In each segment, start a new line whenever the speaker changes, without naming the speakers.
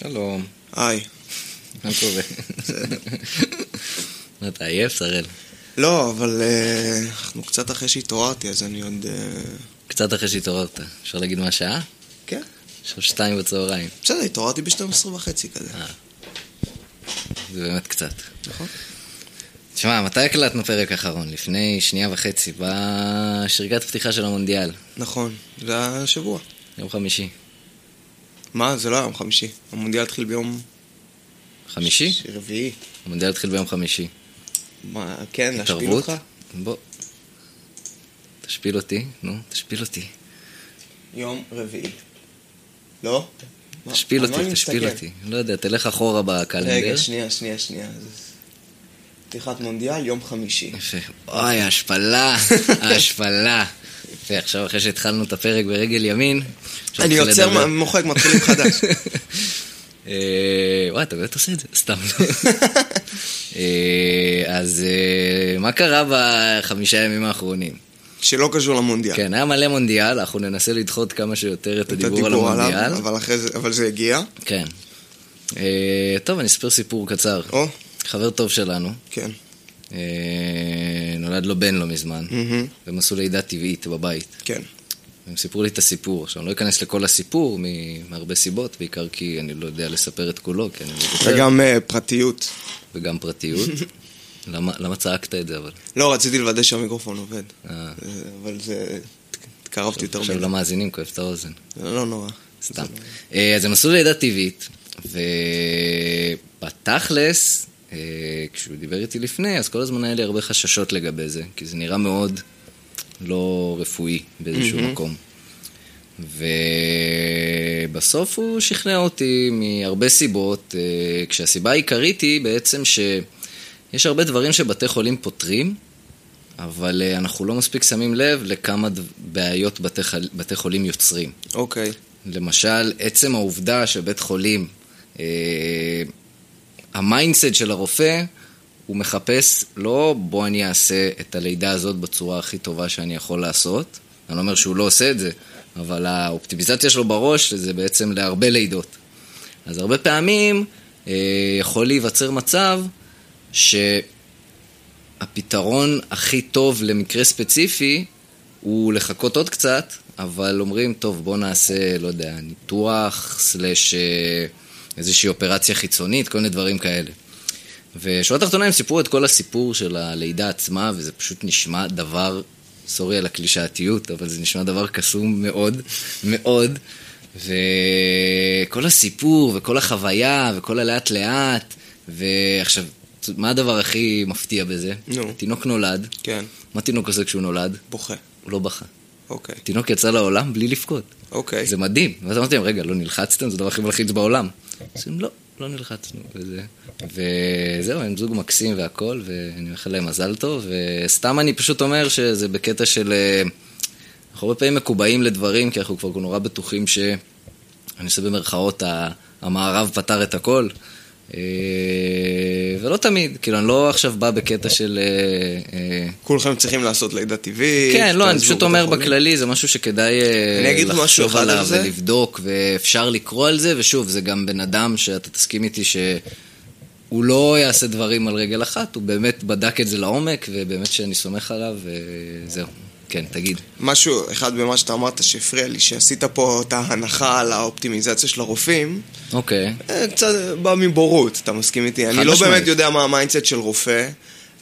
שלום,
היי.
מה קורה? מה, אתה עייף, שראל?
לא, אבל אה, אנחנו קצת אחרי שהתעוררתי, אז אני עוד... אה,
קצת אחרי שהתעוררת, אפשר להגיד מה השעה?
כן.
עכשיו שתיים בצהריים.
בסדר, התעוררתי ב-12 וחצי כזה.
אה. זה באמת קצת.
נכון.
תשמע, מתי הקלטנו פרק אחרון? לפני שנייה וחצי, בשריקת פתיחה של המונדיאל,
נכון, זה היה השבוע.
יום חמישי.
מה, זה לא היה יום חמישי. המונדיאל התחיל ביום...
חמישי?
ש- רביעי.
המונדיאל התחיל ביום חמישי.
מה, כן, להשפיל
התערבות?
אותך?
בוא. תשפיל אותי, נו, תשפיל אותי.
יום רביעי. לא? מה,
תשפיל
על מה
אותי,
אני
תשפיל
מסתכל?
אותי. לא יודע, תלך אחורה בקלנדר.
רגע, שנייה, שנייה, שנייה. זה- פתיחת מונדיאל, יום חמישי.
יפה. אוי, ההשפלה, ההשפלה. יפה, עכשיו אחרי שהתחלנו את הפרק ברגל ימין... עכשיו
אני
נתחיל
עוצר,
לדבר.
מה- מוחק, מתחילים חדש.
אה, וואי, אתה באמת עושה את זה? סתם לא. אה, אז אה, מה קרה בחמישה ימים האחרונים?
שלא קשור למונדיאל.
כן, היה מלא מונדיאל, אנחנו ננסה לדחות כמה שיותר את
את
הדיבור על
הדיבור עליו,
המונדיאל.
אבל אחרי זה- אבל זה הגיע.
כן. אה, טוב, אני אספר סיפור קצר.
או,
חבר טוב שלנו,
כן.
אה, נולד לו בן לא מזמן,
מהמם.
והם עשו לידה טבעית בבית.
כן.
הם סיפרו לי את הסיפור. עכשיו, אני לא אכנס לכל הסיפור מ- מהרבה סיבות, בעיקר כי אני לא יודע לספר את כולו, כי אני לא זוכר,
וגם אה, פרטיות.
וגם פרטיות. למה, למה צעקת את זה, אבל?
לא, רציתי לוודא שהמיקרופון עובד.
אה,
אה, אבל זה... התקרבתי יותר
עכשיו
מדי.
למאזינים כואב את האוזן.
זה לא נורא.
סתם. אה, אז הם עשו לידה טבעית, ובתכלס, אה, כשהוא דיבר איתי לפני, אז כל הזמן היה לי הרבה חששות לגבי זה, כי זה נראה מאוד לא רפואי באיזשהו מקום. ובסוף הוא שכנע אותי מהרבה סיבות, אה, כשהסיבה העיקרית היא בעצם שיש הרבה דברים שבתי חולים פותרים, אבל אה, אנחנו לא מספיק שמים לב לכמה דב- בעיות בתי חל- בתי חולים יוצרים.
אוקיי.
למשל, עצם העובדה שבית חולים, אה, המיינדסט של הרופא, הוא מחפש לא בוא אני אעשה את הלידה הזאת בצורה הכי טובה שאני יכול לעשות. אני לא אומר שהוא לא עושה את זה, אבל האופטימיזציה שלו בראש זה בעצם להרבה לידות. אז הרבה פעמים אה, יכול להיווצר מצב שהפתרון הכי טוב למקרה ספציפי הוא לחכות עוד קצת, אבל אומרים, טוב, בוא נעשה, לא יודע, ניתוח, סלאש אה, איזושהי אופרציה חיצונית, כל מיני דברים כאלה. ושורה תחתונה הם סיפרו את כל הסיפור של הלידה עצמה, וזה פשוט נשמע דבר, סורי על הקלישאתיות, אבל זה נשמע דבר קסום מאוד, מאוד. וכל הסיפור, וכל החוויה, וכל הלאט לאט, ועכשיו, מה הדבר הכי מפתיע בזה?
נו.
התינוק נולד.
כן.
מה תינוק עושה כשהוא נולד?
בוכה.
הוא לא בכה.
אוקיי.
התינוק יצא לעולם בלי לבכות.
אוקיי.
זה מדהים. ואז אמרתי להם, רגע, לא נלחצתם? זה הדבר הכי מלחיץ בעולם. אז הם, לא, לא נלחצנו. וזה. וזהו, הם זוג מקסים והכל, ואני מאחל להם מזל טוב, וסתם אני פשוט אומר שזה בקטע של... אה, אנחנו הרבה פעמים מקובעים לדברים, כי אנחנו כבר נורא בטוחים ש... אני עושה במרכאות, ה- המערב פתר את הכל. אה, ולא תמיד, כאילו, אני לא עכשיו בא בקטע של... אה, אה,
כולכם צריכים לעשות לידה טבעית.
כן, לא, אני
תעזבו
פשוט אומר
בית החולים.
בכללי, זה משהו שכדאי אה,
אני אגיד משהו
לחשוב
אחד על
עליו
זה.
ולבדוק, ואפשר לקרוא על זה, ושוב, זה גם בן אדם שאתה תסכים איתי שהוא לא יעשה דברים על רגל אחת, הוא באמת בדק את זה לעומק, ובאמת שאני סומך עליו, וזהו. כן, תגיד.
משהו אחד במה שאתה אמרת שהפריע לי, שעשית פה את ההנחה על האופטימיזציה של הרופאים,
אוקיי.
אה, קצת בא מבורות, אתה מסכים איתי? אני לא
משמעית.
באמת יודע מה המיינדסט של רופא.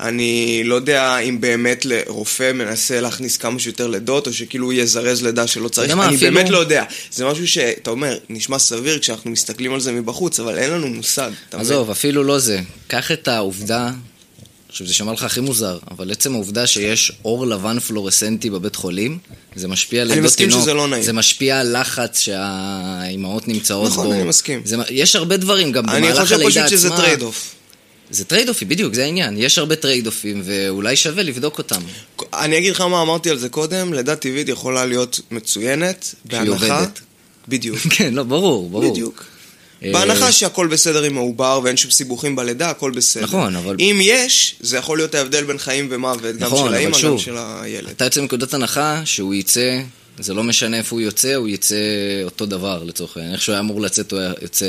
אני לא יודע אם באמת ל- רופא מנסה להכניס כמה שיותר לידות, או שכאילו הוא יזרז לידה שלא צריך.
יודע מה,
אני
אפילו-
באמת לא יודע. זה משהו שאתה אומר, נשמע סביר כשאנחנו מסתכלים על זה מבחוץ, אבל אין לנו מושג. אתה מבין?
עזוב, אפילו לא זה. קח את העובדה, עכשיו זה שמע לך הכי מוזר, אבל עצם העובדה שיש אור לבן פלורסנטי בבית חולים, זה משפיע על
אני
לידות
מסכים
תינוק.
שזה לא נעים.
זה משפיע על לחץ שהאימהות נמצאות
נכון,
בו.
אני מסכים.
זה, יש הרבה דברים, גם במהלך
אני
הלידה עצמה.
חושב פשוט שזה טרייד אוף.
זה טרייד אופי, בדיוק, זה העניין. יש הרבה טרייד אופים, ואולי שווה לבדוק אותם.
אני אגיד לך מה אמרתי על זה קודם, לידה טבעית יכולה להיות מצוינת,
כשהיא
בהנחה...
עובדת.
בדיוק.
כן, לא, ברור, ברור.
בדיוק.
אה,
בהנחה שהכל בסדר עם העובר ואין שום סיבוכים בלידה, הכל בסדר.
נכון, אבל-
אם יש, זה יכול להיות ההבדל בין חיים ומוות, גם
נכון,
של
אבל
האימא, גם
שוב,
של הילד.
אתה יוצא מנקודת הנחה שהוא יצא זה לא משנה איפה הוא יוצא, הוא יצא אותו דבר לצורך העניין. איך שהוא היה אמור לצאת, הוא היה יוצא.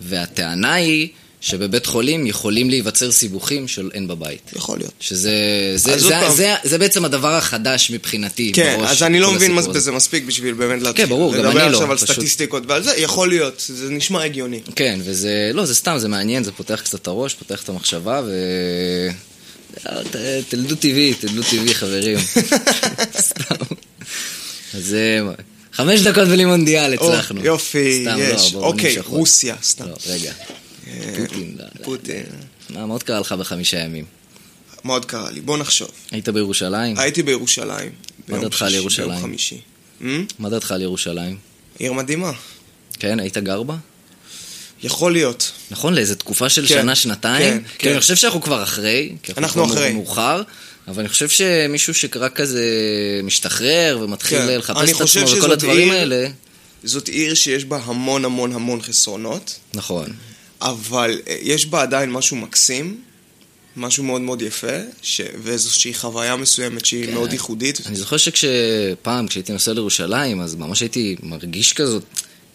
והטענה היא שבבית חולים יכולים להיווצר סיבוכים של אין בבית.
יכול להיות.
שזה זה,
אז עוד
זה,
פעם.
זה, זה, זה בעצם הדבר החדש מבחינתי
כן,
בראש.
אז אני לא
כל
מבין מה זה
הסיפור הזה.
בזה מספיק בשביל באמת להתחיל.
ברור, גם
לדבר
אני לא,
עכשיו על
פשוט.
סטטיסטיקות ועל זה, יכול להיות, זה נשמע הגיוני.
כן, וזה, לא, זה סתם, זה מעניין, זה פותח קצת את הראש, פותח את המחשבה, ו... לא, ת- תלדו טבעי, תלדו טבעי, חברים. סתם. אז אה, חמש דקות בלי מונדיאל הצלחנו.
או, יופי,
סתם,
יש.
לא, בואו
אוקיי,
נמשוך עוד.
רוסיה, סתם. אה,
לא, רגע. פוטין, לא, לא.
פוטין.
מה, מה עוד קרה לך בחמישה ימים?
מה עוד קרה לי? בוא נחשוב.
היית בירושלים?
הייתי בירושלים. ביום
כן. דעתך על
שישי,
ירושלים?
ביום חמישי. אמ?
מה דעתך על ירושלים?
עיר מדהימה.
כן, היית גר בה?
יכול להיות.
נכון, לאיזה תקופה של
כן,
שנה, שנתיים.
כן,
כן,
כן.
אני חושב שאנחנו כבר אחרי. כי
אנחנו
כבר
אחרי.
מאוחר, אבל אני חושב שמישהו שרק כזה משתחרר ומתחיל
כן.
לחפש
אני
את
חושב
עצמו וכל
שזאת
הדברים
עיר-
האלה.
זאת עיר שיש בה המון המון המון חסרונות,
נכון.
אבל אה, יש בה עדיין משהו מקסים, משהו מאוד מאוד יפה, ש... ואיזושהי חוויה מסוימת שהיא
כן.
מאוד ייחודית.
אני זוכר שכשפעם, כשהייתי נוסע לירושלים, אז ממש הייתי מרגיש כזאת,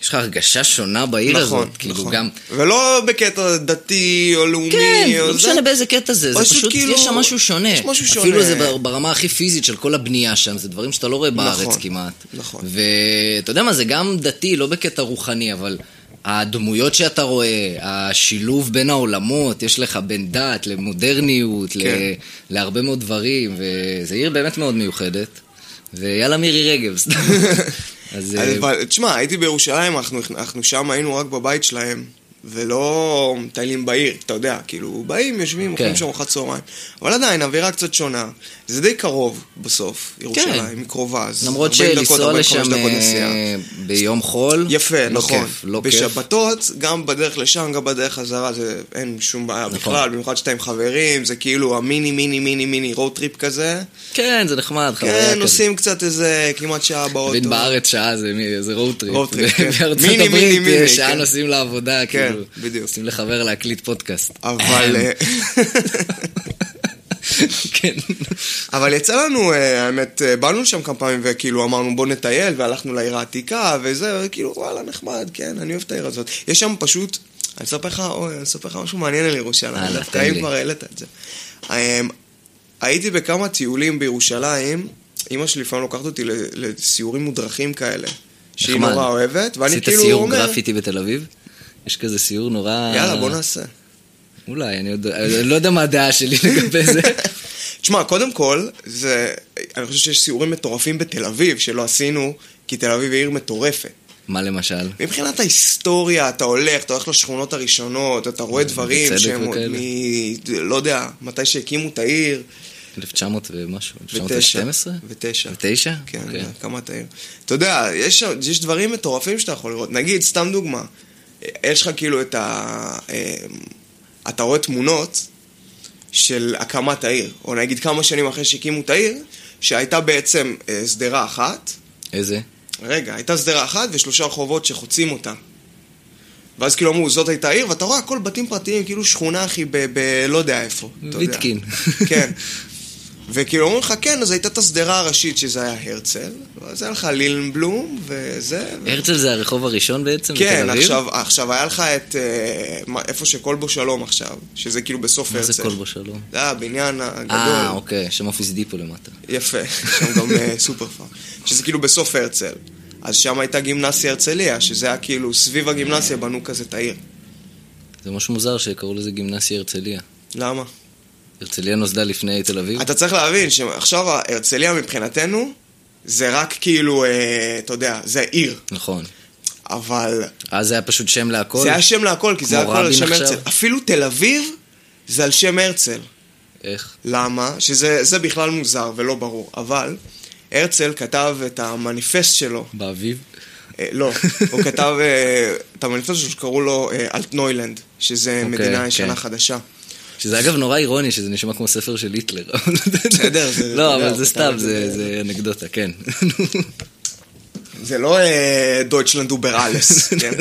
יש לך הרגשה שונה בעיר
נכון,
הזאת. כאילו
נכון.
גם...
ולא בקטע דתי או לאומי.
כן,
או
לא
זה.
משנה באיזה קטע זה, זה
פשוט
פשוט,
כאילו-
יש שם משהו שונה.
יש משהו שונה.
אפילו זה בר- ברמה הכי פיזית של כל הבנייה שם, זה דברים שאתה לא רואה בארץ
נכון,
כמעט.
נכון.
ואתה יודע מה, זה גם דתי, לא בקטע רוחני, אבל הדמויות שאתה רואה, השילוב בין העולמות, יש לך בין דת למודרניות,
כן.
ל... להרבה מאוד דברים, וזו עיר באמת מאוד מיוחדת. ויאללה מירי רגב, סתם. אז... אה,
אבל תשמע, הייתי בירושלים, אנחנו, אנחנו שם היינו רק בבית שלהם, ולא מטיילים בעיר, אתה יודע, כאילו, באים, יושבים, אוכלים
כן.
שם ארוחת צהריים. אבל עדיין, אווירה קצת שונה. זה די קרוב בסוף, ירושלים, היא קרובה. אז
כן. למרות
40 דקות,
שלנסוע
45
לשם
דקות
אה,
נסיעה.
ביום חול,
יפה,
לא
נכון.
כיף, לא כיף.
בשבתות, גם בדרך לשם, גם בדרך חזרה, זה אין שום בעיה
נכון.
בכלל, במיוחד שאתה עם חברים, זה כאילו המיני מיני מיני מיני רוד טריפ כזה.
כן, זה נחמד, חוויה
כן,
כזאת.
נוסעים קצת איזה כמעט שעה באוטו.
בין בארץ שעה זה מי- זה road trip.
road trip, כן.
בארצות
מיני, מיני,
הברית
מיני,
שעה
כן.
נוסעים לעבודה,
כן,
כאילו.
בדיוק.
נוסעים לחבר להקליט פודקאסט.
אבל... אה,
כן.
אבל יצא לנו, אה, האמת, אה, באנו לשם כמה פעמים וכאילו אמרנו בוא נטייל והלכנו לעיר העתיקה וזה, וכאילו וואלה נחמד, כן, אני אוהב את העיר הזאת. יש שם פשוט, אני אספר לך, אוי, אני אספר לך משהו מעניין על ירושלים,
יאללה,
דווקא
אה, תן
אם
לי.
כבר העלית את זה. אה, הייתי בכמה טיולים בירושלים, אימא שלי לפעמים לוקחת אותי ל- לסיורים מודרכים כאלה, שהיא
נחמד.
נורא אוהבת, ואני
עשית
כאילו
סיור
אומר,
גרפיטי בתל אביב? יש כזה סיור נורא...
יאללה בוא נעשה.
אולי, אני עוד- אני לא יודע מה הדעה שלי לגבי זה.
תשמע, קודם כל, זה, אני חושב שיש סיורים מטורפים בתל אביב שלא עשינו, כי תל אביב היא עיר מטורפת.
מה למשל?
מבחינת ההיסטוריה, אתה הולך, אתה הולך לשכונות הראשונות, אתה רואה דברים
בצדק
שהם עוד
וכאלה.
מ... לא יודע, מתי שהקימו את העיר.
1900 ומשהו?
ותשע.
1912?
ותשע.
ותשע?
כן,
אוקיי.
הקמת העיר. אתה יודע, יש, שם- יש דברים מטורפים שאתה יכול לראות. נגיד, סתם דוגמה, יש לך כאילו את ה... אה, אתה רואה תמונות של הקמת העיר, או נגיד כמה שנים אחרי שהקימו את העיר, שהייתה בעצם אה, שדרה אחת,
איזה?
רגע, הייתה שדרה אחת ושלושה רחובות שחוצים אותה. ואז כאילו אמרו, זאת הייתה העיר, ואתה רואה הכל בתים פרטיים, כאילו שכונה אחי ב... ב לא יודע איפה. אתה יודע.
ויטקין.
כן. וכאילו אומרים לך, כן, אז הייתה את השדרה הראשית שזה היה הרצל, ואז היה לך לילנבלום וזה. ו-
הרצל זה הרחוב הראשון בעצם בתל אביב?
כן, עכשיו, עכשיו היה לך את אה, מה- איפה שכלבו שלום עכשיו, שזה כאילו בסוף
מה
הרצל.
זה כלבו שלום?
זה היה הבניין הגדול.
אה, אוקיי, שם אופיס דיפו למטה.
יפה, שם גם אה, סופר פארם. שזה כאילו בסוף הרצל. אז שם הייתה גימנסיה הרצליה, שזה היה כאילו סביב הגימנסיה בנו כזה את העיר.
זה משהו מוזר שקראו לזה גימנסיה הרצליה.
למה?
כאילו- הרצליה נוסדה לפני תל אביב?
אתה צריך להבין שעכשיו הרצליה מבחינתנו, זה רק כאילו, אה, אתה יודע, זה עיר.
נכון.
אבל
אז זה היה פשוט שם להכל?
זה היה שם להכל, כי זה
כמו
היה הכל על
רבין
שם
עכשיו?
הרצל. אפילו תל אביב זה על שם הרצל.
איך?
למה? שזה זה בכלל מוזר ולא ברור. אבל הרצל כתב את המניפסט שלו
באביב?
אה, לא, הוא כתב אה, את המניפסט שלו שקראו לו אה, אלטנוילנד, שזה
אוקיי,
מדינה ישנה
כן.
חדשה.
שזה אגב נורא אירוני, שזה נשמע כמו ספר של היטלר.
בסדר, זה-
לא,
אתה יודע,
אבל זה
אתה
סתם,
יודע.
זה זה אנקדוטה, כן.
זה לא אה, דויטשלנד אובר אלס, כן?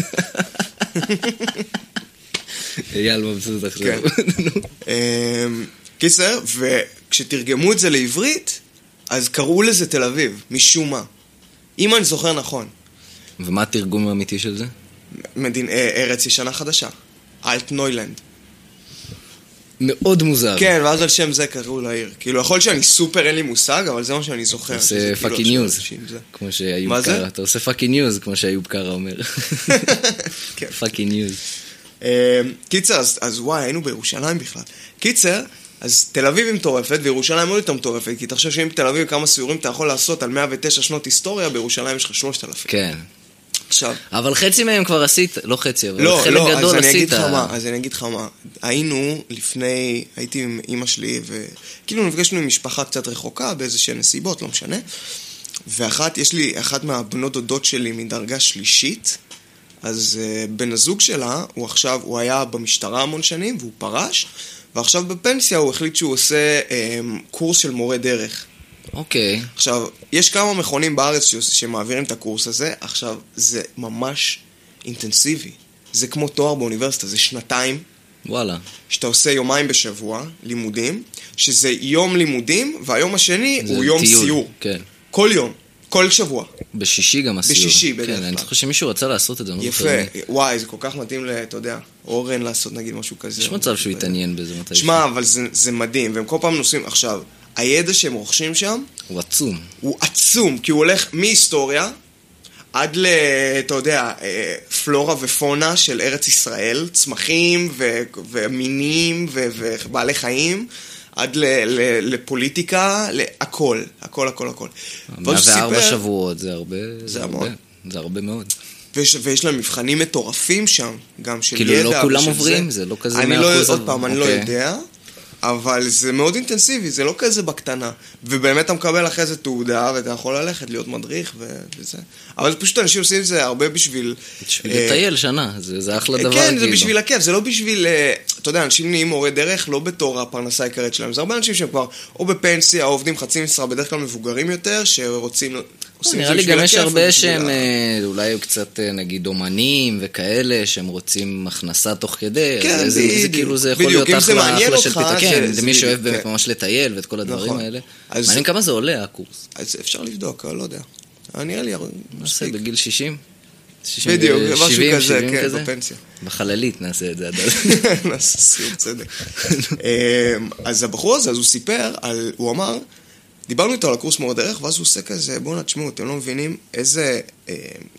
אייל מבסוט עכשיו.
כן. אה, קיצר, וכשתרגמו את זה לעברית, אז קראו לזה תל אביב, משום מה. אם אני זוכר נכון,
ומה התרגום האמיתי של זה?
מדין, אה, ארץ ישנה חדשה, אלט נוילנד.
מאוד מוזר.
כן, ואז על שם זה קראו לעיר. כאילו, יכול להיות שאני סופר, אין לי מושג, אבל זה מה שאני זוכר.
אתה
שזה
עושה
כאילו
פאקינג
השם
ניוז,
האנשים, זה.
כמו שאיוב
מה זה?
קרא. אתה עושה פאקינג ניוז, כמו שאיוב קרא אומר.
כן.
פאקינג ניוז.
אה, קיצר, אז, אז וואי, היינו בירושלים בכלל. קיצר, אז תל אביב היא מטורפת, וירושלים עוד יותר מטורפת, כי תחשוב שאם תל אביב כמה סיורים אתה יכול לעשות על 109 שנות היסטוריה, בירושלים יש לך 3,000.
כן.
עכשיו,
אבל חצי מהם כבר עשית, לא חצי, אבל
לא,
חלק
לא, אז
גדול
אני
עשית.
אגיד לך מה, אז אני אגיד לך מה. היינו לפני, הייתי עם אימא שלי, וכאילו נפגשנו עם משפחה קצת רחוקה, באיזה שהן נסיבות, לא משנה. ואחת, יש לי, אחת מהבנות דודות שלי מדרגה שלישית, אז uh, בן הזוג שלה, הוא עכשיו, הוא היה במשטרה המון שנים, והוא פרש, ועכשיו בפנסיה הוא החליט שהוא עושה um, קורס של מורה דרך.
אוקיי.
עכשיו, יש כמה מכונים בארץ ש... שמעבירים את הקורס הזה, עכשיו, זה ממש אינטנסיבי. זה כמו תואר באוניברסיטה, זה שנתיים
וואלה.
שאתה עושה יומיים בשבוע, לימודים, שזה יום לימודים, והיום השני
זה
הוא יום
טיול, אוקיי.
סיור.
כן.
כל יום, כל שבוע.
בשישי גם הסיור.
בשישי, בדרך
כן,
כלל.
אני זוכר שמישהו רצה לעשות את זה. אני לא
יפה.
זוכר מי.
וואי, זה כל כך מתאים ל... אתה יודע, אורן לעשות נגיד משהו כזה.
יש מצב שהוא יתעניין בזה מתי.
שמע, אבל זה, זה מדהים, והם כל פעם נוסעים. עכשיו, הידע שהם רוכשים שם,
הוא עצום.
הוא עצום, כי הוא הולך מהיסטוריה עד ל... אתה יודע, אה, פלורה ופונה של ארץ ישראל, צמחים ו... ומינים ו... ובעלי חיים, עד ל... ל... לפוליטיקה, להכל, הכל, הכל, הכל. ואז הוא
104
סיפר-
שבועות, זה הרבה. זה
המון.
הרבה. זה הרבה מאוד.
ויש, ויש להם מבחנים מטורפים שם, גם של
כאילו,
ידע.
לא כולם
ושל
עוברים? זה לא כזה
אני
מאה
לא,
אחוז,
עוד
אבל-
פעם, אני לא
אוקיי.
יודע, אבל זה מאוד אינטנסיבי, זה לא כזה בקטנה. ובאמת אתה מקבל אחרי זה תעודה, ואתה יכול ללכת להיות מדריך ו- וזה. אבל פשוט אנשים עושים את זה הרבה בשביל...
בשביל
אה,
לטייל שנה, זה זה אחלה דבר.
כן, זה
כאילו.
בשביל הכיף, זה לא בשביל... אה, אתה יודע, אנשים נהיים מורי דרך לא בתור הפרנסה העיקרית שלהם. זה הרבה אנשים שהם כבר או בפנסיה, או עובדים חצי משרה, בדרך כלל מבוגרים יותר, שרוצים... עושים את
נראה
זה לא-
לי
בשביל
גם יש
הכיף,
הרבה
ובשביל
שהם
ה-
אה, אולי קצת אה, נגיד אומנים וכאלה, שהם רוצים הכנסה תוך כדי,
כן,
אז זה- זה
בדיוק.
כאילו זה יכול
בדיוק,
להיות
אם זה
אחלה
מעניין
אחלה של
אותך,
פיתה,
זה-
כן,
זה
למי שאוהב
בדיוק,
באמת
כן.
ממש לטייל ואת כל הדברים
נכון.
האלה.
אז-
מעניין כמה זה עולה הקורס,
אז אפשר לבדוק, אני לא יודע. אה, נראה לי
נעשה
מספיק.
בגיל 60? 60,
בדיוק,
אה,
משהו
70,
כזה,
70
כן, בפנסיה.
בחללית נעשה את זה עד אז.
נעשה סיום צדק. אמ, אז הבחור הזה, אז הוא סיפר, על, הוא אמר, דיברנו איתו על הקורס מורה דרך, ואז הוא עושה כזה, בואנה, תשמעו, אתם לא מבינים איזה אמ,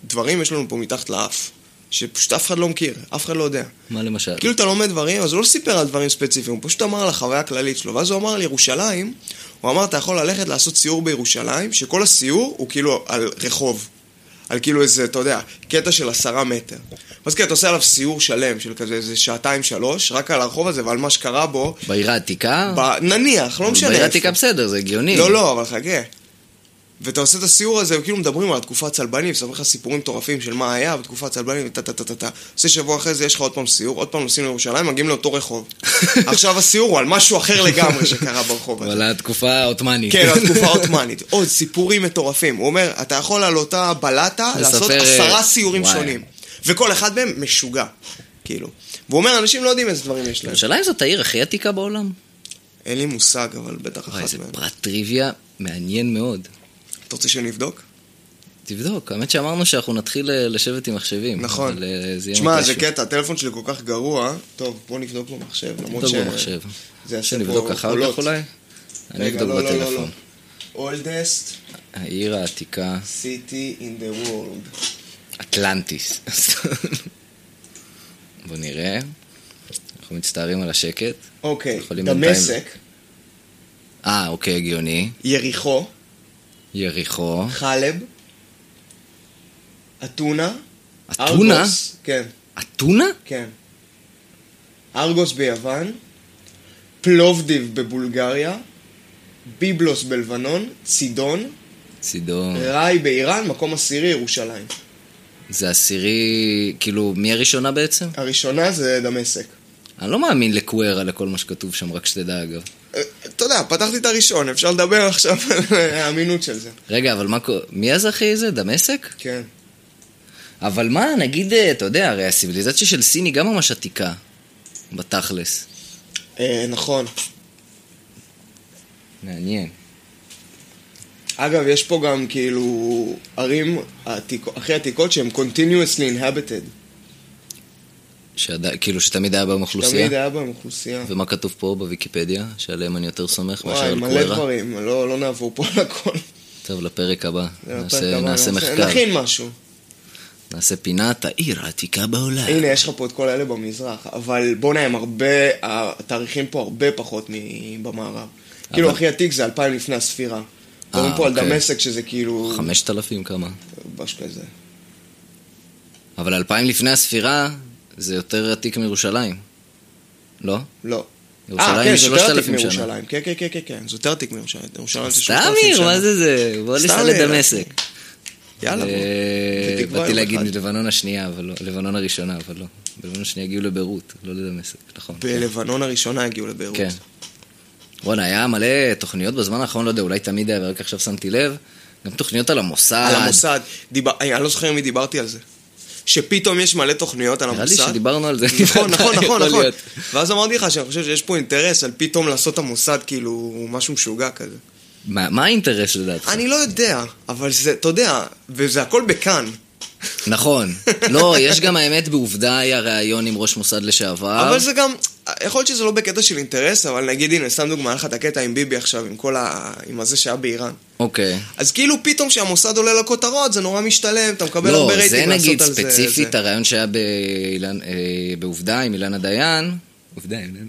דברים יש לנו פה מתחת לאף, שפשוט אף אחד לא מכיר, אף אחד לא יודע.
מה למשל?
כאילו אתה לומד דברים, אז הוא לא סיפר על דברים ספציפיים, הוא פשוט אמר על החוויה הכללית שלו. ואז הוא אמר על ירושלים, הוא אמר, אתה יכול ללכת לעשות סיור בירושלים, שכל הסיור הוא כאילו על רחוב. על כאילו איזה, אתה יודע, קטע של עשרה מטר. אז כאילו, אתה עושה עליו סיור שלם של כזה איזה שעתיים-שלוש, רק על הרחוב הזה ועל מה שקרה בו,
בעיר העתיקה?
ב... נניח, לא משנה
בעיר
איפה.
העתיקה בסדר, זה הגיוני.
לא, לא, אבל חכה. ואתה עושה את הסיור הזה, וכאילו מדברים על התקופה הצלבנים, מספרים לך סיפורים מטורפים של מה היה בתקופה הצלבנים, וטה טה טה טה טה. עושה שבוע אחרי זה, יש לך עוד פעם סיור, עוד פעם נוסעים לירושלים, מגיעים לאותו רחוב. עכשיו הסיור הוא על משהו אחר לגמרי שקרה ברחוב הזה.
אבל התקופה העות'מאנית.
כן, התקופה העות'מאנית. עוד סיפורים מטורפים. הוא אומר, אתה יכול על אותה בלטה לעשות
לספר,
עשרה
אה,
סיורים
וואי.
שונים. וכל אחד מהם משוגע, כאילו. והוא אומר, אנשים לא יודעים איזה דברים יש להם.
ירושלים זאת העיר הכי עתיקה בעולם?
אין לי מושג, אבל בטח
וואי,
אחת
זה
מהם.
פרט טריוויה מעניין מאוד.
אתה רוצה שנבדוק?
תבדוק, האמת שאמרנו שאנחנו נתחיל אה, לשבת עם מחשבים.
נכון.
אבל, אה, זה יהיה
תשמע, זה
מתישהו.
קטע, הטלפון שלי כל כך גרוע. טוב, בוא נבדוק במחשב, למרות ש...
נבדוק במחשב.
זה יעשה
שנבדוק
פה
אחר
קולות.
כך אולי? אני
רגע,
אבדוק
לא, לא, לא,
בטלפון.
לא. Oldest
העיר העתיקה,
city in the world.
אטלנטיס. בוא נראה. אנחנו מצטערים על השקט.
אוקיי,
יכולים
דמשק,
אה, אוקיי, הגיוני.
יריחו,
יריחו.
חלב, אתונה.
אתונה?
ארגוס, כן,
אתונה?
כן. ארגוס ביוון, פלובדיב בבולגריה, ביבלוס בלבנון, צידון,
צידון.
ראי באיראן, מקום עשירי, ירושלים.
זה עשירי, כאילו, מי הראשונה בעצם?
הראשונה זה דמשק.
אני לא מאמין לקווארה לכל מה שכתוב שם, רק שתדע אגב.
אה, אתה יודע, פתחתי את הראשון, אפשר לדבר עכשיו על האמינות של זה.
רגע, אבל מה קורה? מי אז אחי זה? דמשק?
כן.
אבל מה, נגיד, אה, אתה יודע, הרי הסיביליזציה של סין היא גם ממש עתיקה, בתכלס.
אה, נכון.
מעניין.
אגב, יש פה גם כאילו ערים עתיק, הכי עתיקות שהן continuously inhabited.
שעדי, כאילו שתמיד היה בהם אוכלוסייה?
תמיד היה בהן אוכלוסייה.
ומה כתוב פה בוויקיפדיה, שעליהם אני יותר סומך מאשר
וואי,
על
מלא
קווארה?
דברים, לא לא נעבור פה על הכל.
טוב, לפרק הבא.
זה
נעשה-
הפרק הבא,
נעשה
נעשה-
מחקר.
נכין משהו.
נעשה פינת העיר העתיקה בעולם.
הנה, יש לך פה את כל אלה במזרח, אבל בואנה, הם הרבה, התאריכים פה הרבה פחות מבמערב. כאילו, הכי עתיק זה 2000 לפני הספירה. מדברים פה על
אוקיי.
דמשק שזה כאילו...
חמשת אלפים כמה?
משהו כזה.
אבל אלפיים לפני הספירה, זה יותר עתיק מירושלים. לא?
לא. אה,
ירושלים
כן,
היא
זה יותר עתיק
3,000 שנה.
מירושלים. כן, כן, כן, כן, כן, זה יותר עתיק מירושלים. ירושלים זה
סתם
3,000
עיר,
שנה.
מה זה זה? בוא
סתם
ניסע
עיר.
לדמשק.
יאללה, בוא.
אה,
בתקווה
באתי
יום
להגיד
אחד.
לבנון השנייה, אבל לא, לבנון הראשונה, אבל לא. בלבנון השנייה הגיעו לביירות, לא לדמשק, נכון. כן.
בלבנון הראשונה הגיעו לביירות.
כן. וואלה, היה מלא תוכניות בזמן האחרון, לא יודע, אולי תמיד היה, ורק עכשיו שמתי לב. גם תוכניות על המוסד.
על המוסד. דיבר- אני אני לא זוכר עם מי דיברתי על זה. שפתאום יש מלא תוכניות על
נראה לי
המוסד.
שדיברנו על זה.
נכון, נכון, נכון,
יכול
נכון.
להיות.
ואז אמרתי לך שאני חושב שיש פה אינטרס על פתאום לעשות את המוסד כאילו משהו משוגע כזה.
מה מה האינטרס לדעתך?
אני לא יודע, אבל זה, אתה יודע, וזה הכל בכאן.
נכון. לא, יש גם האמת בעובדה היה ראיון עם ראש מוסד לשעבר.
אבל זה גם, יכול להיות שזה לא בקטע של אינטרס, אבל נגיד, הנה, סתם דוגמא, היה לך את הקטע עם ביבי עכשיו, עם כל ה... עם הזה שהיה באיראן.
אוקיי.
אז כאילו פתאום כשהמוסד עולה לכותרות, זה נורא משתלם, אתה מקבל
לא,
הרבה
זה
רייטינג לעשות על
נגיד
זה.
ספציפית
זה.
הרעיון שהיה באילן- אה, בעובדה עם אילנה דיין. עובדה, אילן.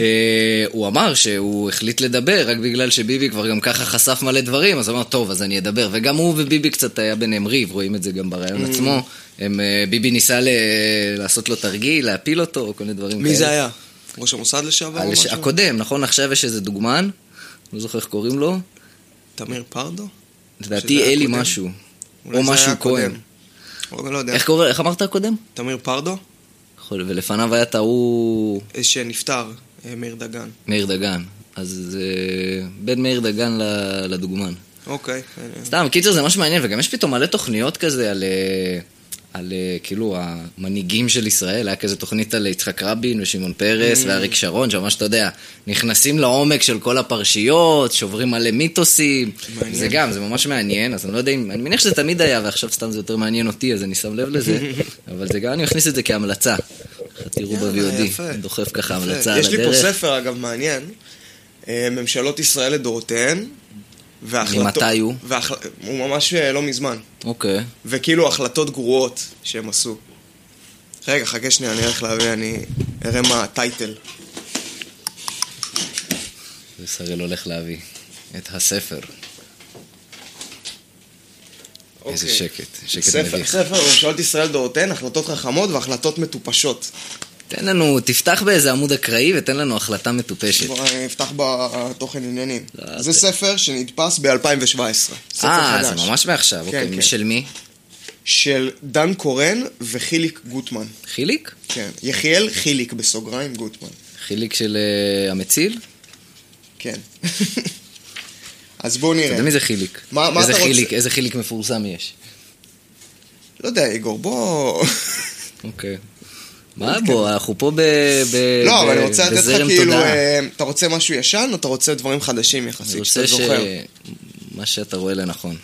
אה, הוא אמר שהוא החליט לדבר רק בגלל שביבי כבר גם ככה חשף מלא דברים, אז הוא אמר, טוב, אז אני אדבר. וגם הוא וביבי קצת היה ביניהם ריב, רואים את זה גם ברעיון
Mm.
עצמו. הם, אה, ביבי ניסה ל- לעשות לו תרגיל, להפיל אותו, או כל מיני דברים כאלה.
מי זה היה? ראש המוסד לשעבר או
כן. על-
משהו?
הקודם, נכון? עכשיו יש איזה דוגמן, לא זוכר איך קוראים לו.
תמיר פרדו?
לדעתי
שזה היה
אלי
הקודם?
משהו.
אולי
או
זה היה
משהו
הקודם.
כהן.
או, לא יודע.
איך קורא, איך אמרת הקודם?
תמיר פרדו?
יכול- ולפניו היה את ההוא
אה, שנפטר, אה, מאיר דגן.
מאיר דגן. אז אה, בין מאיר דגן ל- לדוגמן.
אוקיי. אה,
סתם, קיצר זה ממש מעניין, וגם יש פתאום מלא תוכניות כזה על... אה, על אה, כאילו המנהיגים של ישראל, היה כזה תוכנית על יצחק רבין ושמעון
Mm.
פרס ואריק שרון, שממש אתה יודע, נכנסים לעומק של כל הפרשיות, שוברים מלא מיתוסים,
מעניין.
זה גם, זה ממש מעניין, אז אני לא יודע אם, אני מניח שזה תמיד היה ועכשיו סתם זה יותר מעניין אותי, אז אני שם לב לזה, אבל זה גם, אני מכניס את זה כהמלצה. ככה תראו
יאללה,
ב-VOD,
יפה.
דוחף ככה
יפה.
המלצה על
יש לי פה
הדרך,
ספר, אגב, מעניין. אה, ממשלות ישראל לדורותיהן. והחלטות-
ממתי הוא?
והחל... הוא ממש אה, לא מזמן.
אוקיי,
וכאילו החלטות גרועות שהם עשו. רגע, חכה שנייה, אני הולך להביא, אני אראה מה הטייטל.
ושריאל לא הולך להביא את הספר,
אוקיי.
איזה שקט, שקט
אוקיי. ספר,
מביך.
ספר ממשלות ישראל דורותיהן, החלטות חכמות והחלטות מטופשות.
תן לנו, תפתח באיזה עמוד אקראי ותן לנו החלטה מטופשת.
בוא, אני אה, אפתח בתוכן עניינים.
לא,
זה
זה-
ספר שנדפס ב-2017. ספר
אה, זה
חדש.
ממש מעכשיו, אוקיי.
כן.
של מי?
של דן קורן וחיליק גוטמן.
חיליק?
כן. יחיאל חיליק בסוגריים גוטמן.
חיליק של אה, המציל?
כן. אז בואו
אתה
נראה.
יודע מי זה חיליק?
מה- מה
איזה
אתה רוצה?
חיליק- איזה חיליק מפורסם יש.
לא יודע, איגור, בוא...
אוקיי. מה בוא, אנחנו פה ב... ב-
כן. לא, אבל
ב-
אני רוצה לתת לך
בזרם
כאילו...
תודעה.
אה, אתה רוצה משהו ישן, או אתה רוצה דברים חדשים
אני
יחסית, שאתה
רוצה ש...
זוכר?
מה שאתה רואה לנכון.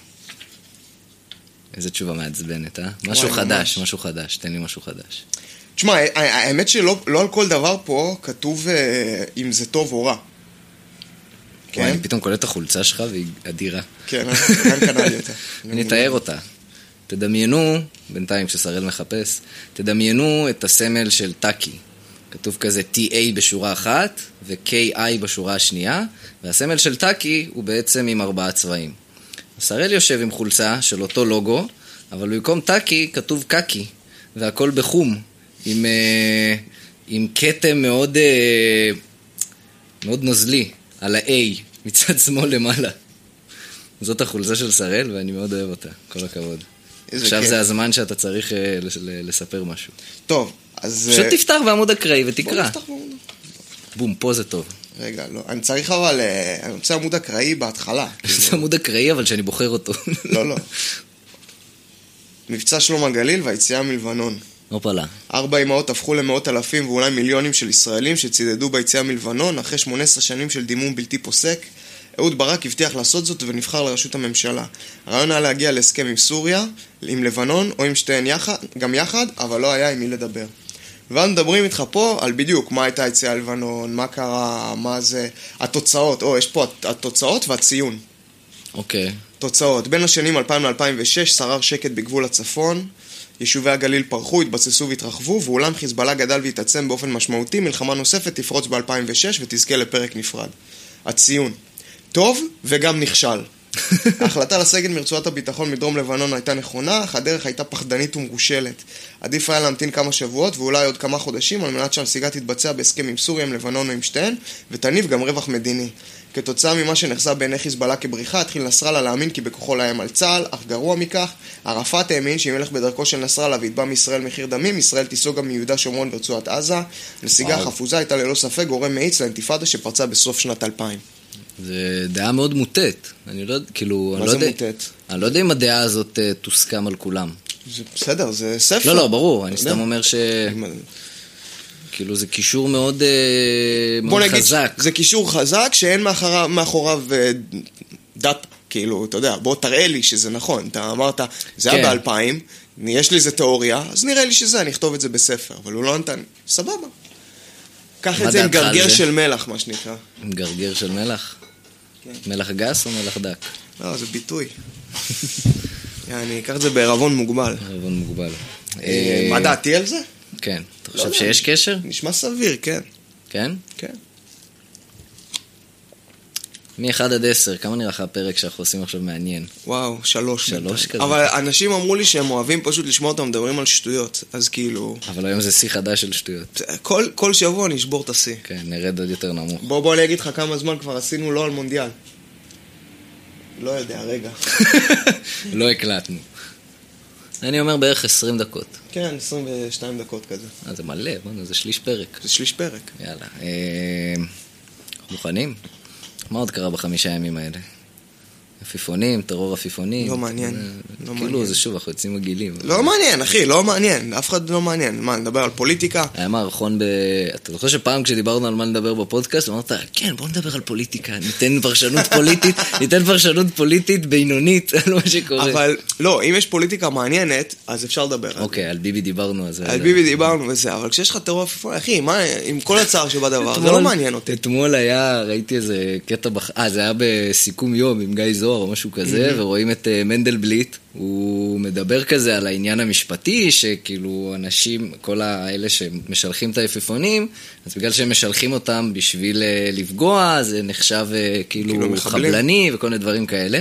איזה תשובה מעצבנת, אה? משהו
וואי,
חדש,
ממש.
משהו חדש, תן לי משהו חדש.
תשמע, ה- ה- האמת שלא לא על כל דבר פה כתוב אה, אם זה טוב או רע.
וואי,
כן?
אני פתאום קולט את החולצה שלך והיא אדירה.
כן, כאן קנה לי אותה.
אני אתאר אותה. תדמיינו, בינתיים כששראל מחפש, תדמיינו את הסמל של טאקי. כתוב כזה TA בשורה אחת ו-KI בשורה השנייה, והסמל של טאקי הוא בעצם עם ארבעה צבעים. שראל יושב עם חולצה של אותו לוגו, אבל במקום טאקי כתוב קקי, והכל בחום, עם, אה, עם כתם מאוד, אה, מאוד נוזלי על ה-A מצד שמאל למעלה. זאת החולצה של שראל, ואני מאוד אוהב אותה. כל הכבוד.
איזה
עכשיו
כיף.
זה הזמן שאתה צריך אה, לס- ל- לספר משהו.
טוב, אז...
פשוט
אה,
תפתח בעמוד אקראי
בוא
ותקרא.
נפתח בעמוד.
בום, פה זה טוב.
רגע, לא. אני צריך אבל... אה, אני רוצה עמוד אקראי בהתחלה.
זה עמוד אקראי, אבל שאני בוחר אותו.
לא, לא. מבצע שלום הגליל והיציאה מלבנון.
הופלה.
ארבע אמהות הפכו למאות אלפים ואולי מיליונים של ישראלים שצידדו ביציאה מלבנון אחרי 18 שנים של דימום בלתי פוסק אהוד ברק הבטיח לעשות זאת ונבחר לראשות הממשלה. הרעיון היה להגיע להסכם עם סוריה, עם לבנון או עם שתיהן יחד, גם יחד, אבל לא היה עם מי לדבר. ואז מדברים איתך פה על בדיוק מה הייתה יציאה לבנון, מה קרה, מה זה, התוצאות, או, יש פה הת- התוצאות והציון.
אוקיי.
תוצאות. בין השנים 2000 ל-2006 שרר שקט בגבול הצפון, יישובי הגליל פרחו, התבססו והתרחבו, ואולם חיזבאללה גדל והתעצם באופן משמעותי, מלחמה נוספת תפרוץ ב-2006 ותזכה לפרק נפרד. הציון טוב וגם נכשל. ההחלטה לסגת מרצועת הביטחון מדרום לבנון הייתה נכונה, אך הדרך הייתה פחדנית ומרושלת. עדיף היה להמתין כמה שבועות ואולי עוד כמה חודשים על מנת שהנסיגה תתבצע בהסכם עם סוריה, עם לבנון או עם שתיהן, ותניב גם רווח מדיני. כתוצאה ממה שנחזה בעיני חיזבאללה כבריחה, התחיל נסראללה להאמין כי בכוחו לאיים על צה"ל, אך גרוע מכך, ערפאת האמין שאם ילך בדרכו של נסראללה ויתבע מישראל מחיר דמים, ישראל תיסוג גם מיהודה שומרון ורצועת עזה. הנסיגה
וואו.
החפוזה הייתה ללא ספק גורם מאיץ לאינתיפאדה שפרצה בסוף שנת 2000.
זה דעה מאוד מוטית. אני לא יודע, כאילו,
מה
אני לא
זה
יודע...
מוטט?
אני לא יודע אם הדעה הזאת אה, תוסכם על כולם.
זה בסדר, זה ספר.
לא, לא, ברור, אני
אתה
סתם
יודע?
אומר ש... כאילו, זה קישור מאוד אה,
בוא
מאוד
נגיד,
חזק.
זה קישור חזק שאין מאחוריו, מאחוריו אה, דאטה, כאילו, אתה יודע, בוא תראה לי שזה נכון. אתה אמרת, זה
כן.
היה באלפיים, יש לי איזה תיאוריה, אז נראה לי שזה, אני אכתוב את זה בספר. אבל הוא לא נתן, סבבה. קח
מה
את זה עם
דעתך על
גרגר
זה?
של מלח, מה שנקרא.
עם גרגר של מלח?
כן.
מלח גס או מלח דק?
לא, זה ביטוי. אני אקח את זה בערבון מוגבל.
רבון מוגבל.
אה, מה דעתי על זה?
כן. אתה
לא
חושב
יודע.
שיש קשר?
נשמע סביר, כן.
כן?
כן.
מ-1 עד 10, כמה נראה לך הפרק שאנחנו עושים עכשיו מעניין?
וואו, שלוש.
שלוש
בינתיים.
כזה.
אבל אנשים אמרו לי שהם אוהבים פשוט לשמוע אותם מדברים על שטויות, אז כאילו...
אבל היום זה שיא חדש של שטויות.
כל, כל שבוע אני אשבור את השיא.
כן, נרד עוד יותר נמוך.
בוא, בוא, אני אגיד לך כמה זמן כבר עשינו לא על מונדיאל. לא יודע, רגע.
לא הקלטנו. אני אומר בערך 20 דקות.
כן, 22 דקות כזה.
אה, זה מלא, בוא'נה, זה שליש פרק.
זה שליש פרק.
יאללה. אה, מוכנים? מה עוד קרה בחמישה ימים האלה? עפיפונים, טרור עפיפונים.
לא מעניין,
אה,
לא מעניין.
כאילו, זה שוב, אנחנו יוצאים מגעילים.
לא מעניין, אחי, לא מעניין. אף אחד לא מעניין. מה, נדבר על פוליטיקה?
היה מערכון ב... אתה זוכר שפעם כשדיברנו על מה נדבר בפודקאסט, אמרת, כן, בוא נדבר על פוליטיקה, ניתן פרשנות פוליטית, ניתן פרשנות פוליטית בינונית על מה שקורה.
אבל, לא, אם יש פוליטיקה מעניינת, אז אפשר לדבר. על זה.
אוקיי. אוקיי, על ביבי דיברנו, אז...
על ביבי דיברנו וזה, אבל כשיש לך טרור עפיפון, אחי, מה, עם כל הצער שבדבר, זה
אתמול-
לא מעניין אותי.
אתמול היה, ראיתי איזה קטע, בח- אה, זה היה בסיכום יום עם גיא זוהר או משהו כזה, ורואים את אה, מנדלבליט, הוא מדבר כזה על העניין המשפטי, שכאילו אנשים, כל האלה שמשלחים את העפיפונים, אז בגלל שהם משלחים אותם בשביל אה, לפגוע, זה נחשב אה,
כאילו
כאילו
מחבלים.
חבלני וכל מיני דברים כאלה.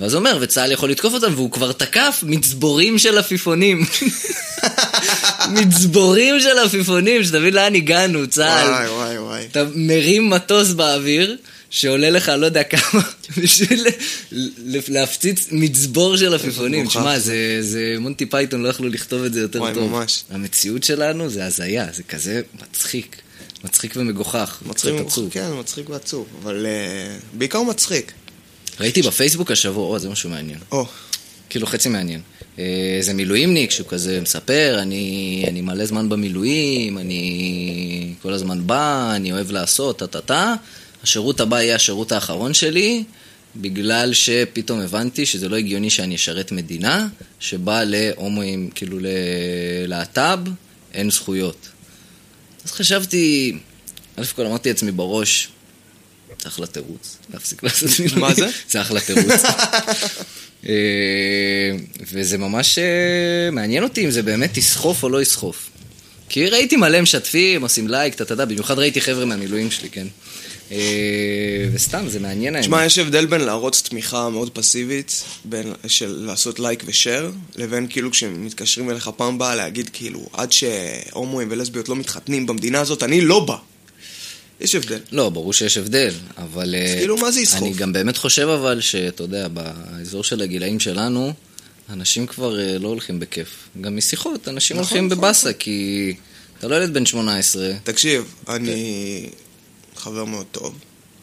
ואז הוא אומר, וצה"ל יכול לתקוף אותם, והוא כבר תקף מצבורים של עפיפונים. מצבורים של עפיפונים, שתבין לאן הגענו, צה"ל.
וואי, וואי, וואי.
אתה מרים מטוס באוויר, שעולה לך לא יודע כמה, בשביל ל- להפציץ מצבור של עפיפונים.
מוכח.
תשמע, זה, זה מונטי פייתון, לא יכלו לכתוב את זה יותר
וואי,
טוב.
ממש.
המציאות שלנו זה הזיה, זה כזה מצחיק. מצחיק ומגוחך.
מצחיק
ותצור.
ועצוב. כן, מצחיק ועצוב, אבל אה, בעיקר מצחיק.
ראיתי בפייסבוק השבוע, או, זה משהו מעניין.
או,
כאילו חצי מעניין. אה, איזה מילואימניק שהוא כזה מספר, אני, אני מלא זמן במילואים, אני כל הזמן בא, אני אוהב לעשות, טה-טה-טה. השירות הבא יהיה השירות האחרון שלי, בגלל שפתאום הבנתי שזה לא הגיוני שאני אשרת מדינה שבה להומואים, כאילו ללהט"ב, אין זכויות. אז חשבתי, א' כל אמרתי לעצמי בראש, זה אחלה תירוץ, להפסיק לעשות מילואים.
מה זה?
זה אחלה תירוץ. אה, וזה ממש אה, מעניין אותי אם זה באמת יסחוף או לא יסחוף. כי ראיתי מלא משתפים, עושים לייק, אתה יודע, במיוחד ראיתי חבר'ה מהמילואים שלי, כן? אה, וסתם, זה מעניין האמת.
תשמע, יש הבדל בין להראות תמיכה מאוד פסיבית, בין של לעשות לייק ושאר, לבין כאילו כשמתקשרים אליך פעם באה להגיד כאילו, עד שהומואים ולסביות לא מתחתנים במדינה הזאת, אני לא בא. יש הבדל.
לא, ברור שיש הבדל, אבל... אה,
כאילו, מה זה יסחוף?
אני גם באמת חושב אבל שאתה יודע, באזור של הגילאים שלנו, אנשים כבר אה, לא הולכים בכיף. גם משיחות, אנשים
נכון,
הולכים
נכון,
בבאסה, כי אתה לא ילד בן 18.
תקשיב, אני חבר מאוד טוב.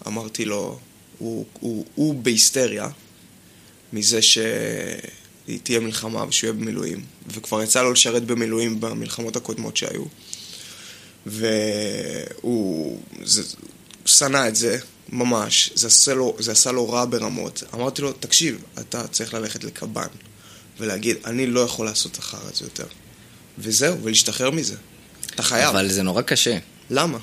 אמרתי לו, הוא, הוא, הוא בהיסטריה מזה שהיא תהיה מלחמה ושהוא יהיה במילואים. וכבר יצא לו לשרת במילואים במלחמות הקודמות שהיו. והוא... זה, שנא את זה, ממש. זה עשה, לו, זה עשה לו רע ברמות. אמרתי לו, תקשיב, אתה צריך ללכת לקב"ן ולהגיד, אני לא יכול לעשות אחר את זה יותר. וזהו, ולהשתחרר מזה. אתה חייב.
אבל זה נורא קשה.
למה?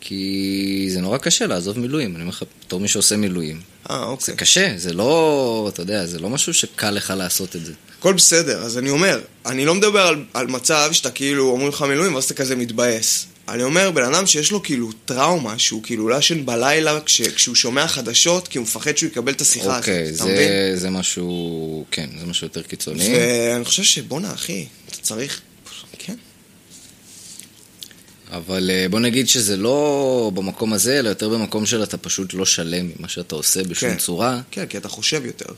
כי זה נורא קשה לעזוב מילואים. אני אומר לך, בתור מי שעושה מילואים.
אה,
זה
אוקיי.
קשה, זה לא, אתה יודע, זה לא משהו שקל לך לעשות את זה.
הכל בסדר, אז אני אומר, אני לא מדבר על, על מצב שאתה כאילו אומרים לך מילואים ואז אתה כזה מתבאס. אני אומר, בן אדם שיש לו כאילו טראומה, שהוא כאילו לא ישן בלילה כש, כשהוא שומע חדשות, כי הוא מפחד שהוא יקבל את השיחה
אוקיי,
הזאת, אתה מבין?
זה, זה משהו, כן, זה משהו יותר קיצוני.
ואני חושב שבואנה אחי, אתה צריך... כן.
אבל אה, בוא נגיד שזה לא במקום הזה, אלא יותר במקום של אתה פשוט לא שלם ממה שאתה עושה בשום
כן.
צורה.
כן, כי אתה חושב יותר.
אה,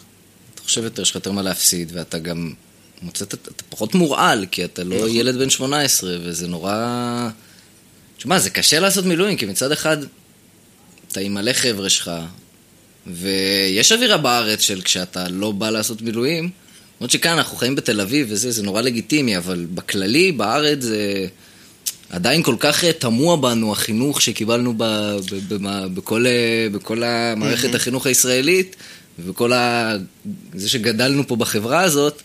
אתה חושב יותר, יש לך יותר מה להפסיד, ואתה גם מוצא את... אתה פחות מורעל, כי אתה לא
נכון.
ילד בן 18, וזה נורא... תשמע, זה קשה לעשות מילואים, כי מצד אחד, אתה עם מלא חבר'ה שלך, ויש אווירה בארץ של כשאתה לא בא לעשות מילואים, למרות שכאן אנחנו חיים בתל אביב וזה, זה נורא לגיטימי, אבל בכללי, בארץ זה... עדיין כל כך אה, תמוה בנו החינוך שקיבלנו ב, ב, ב, ב, בכל, אה, בכל המערכת החינוך הישראלית, ובכל ה... זה שגדלנו פה בחברה הזאת,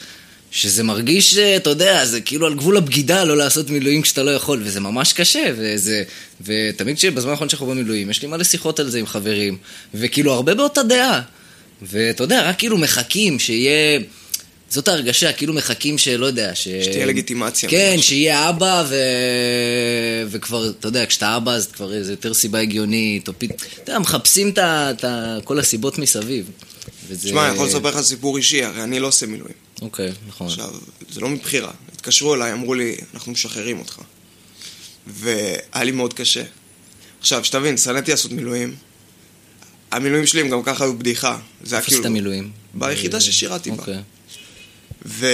שזה מרגיש, אה, אתה יודע, זה כאילו על גבול הבגידה לא לעשות מילואים כשאתה לא יכול, וזה ממש קשה, וזה... ותמיד כשבזמן האחרון שאנחנו במילואים, יש לי מלא שיחות על זה עם חברים, וכאילו הרבה באותה דעה. ואתה יודע, רק כאילו מחכים שיהיה... זאת ההרגשה, כאילו מחכים שלא יודע, ש...
שתהיה לגיטימציה.
כן, שיהיה אבא, ו... וכבר, אתה יודע, כשאתה אבא אז כבר זה יותר סיבה הגיונית, או פתאום, אתה יודע, מחפשים את ה- את ה- כל הסיבות מסביב. וזה...
תשמע, אני יכול לספר לך סיפור אישי, הרי אני לא עושה מילואים.
אוקיי, נכון.
עכשיו, זה לא מבחירה. התקשרו אליי, אמרו לי, אנחנו משחררים אותך. והיה לי מאוד קשה. עכשיו, שתבין, שנאתי לעשות מילואים. המילואים שלי הם גם ככה היו בדיחה. זה היה
איפה
כאילו...
עשית מילואים?
ביחידה ששירתי בה.
אוקיי.
ו...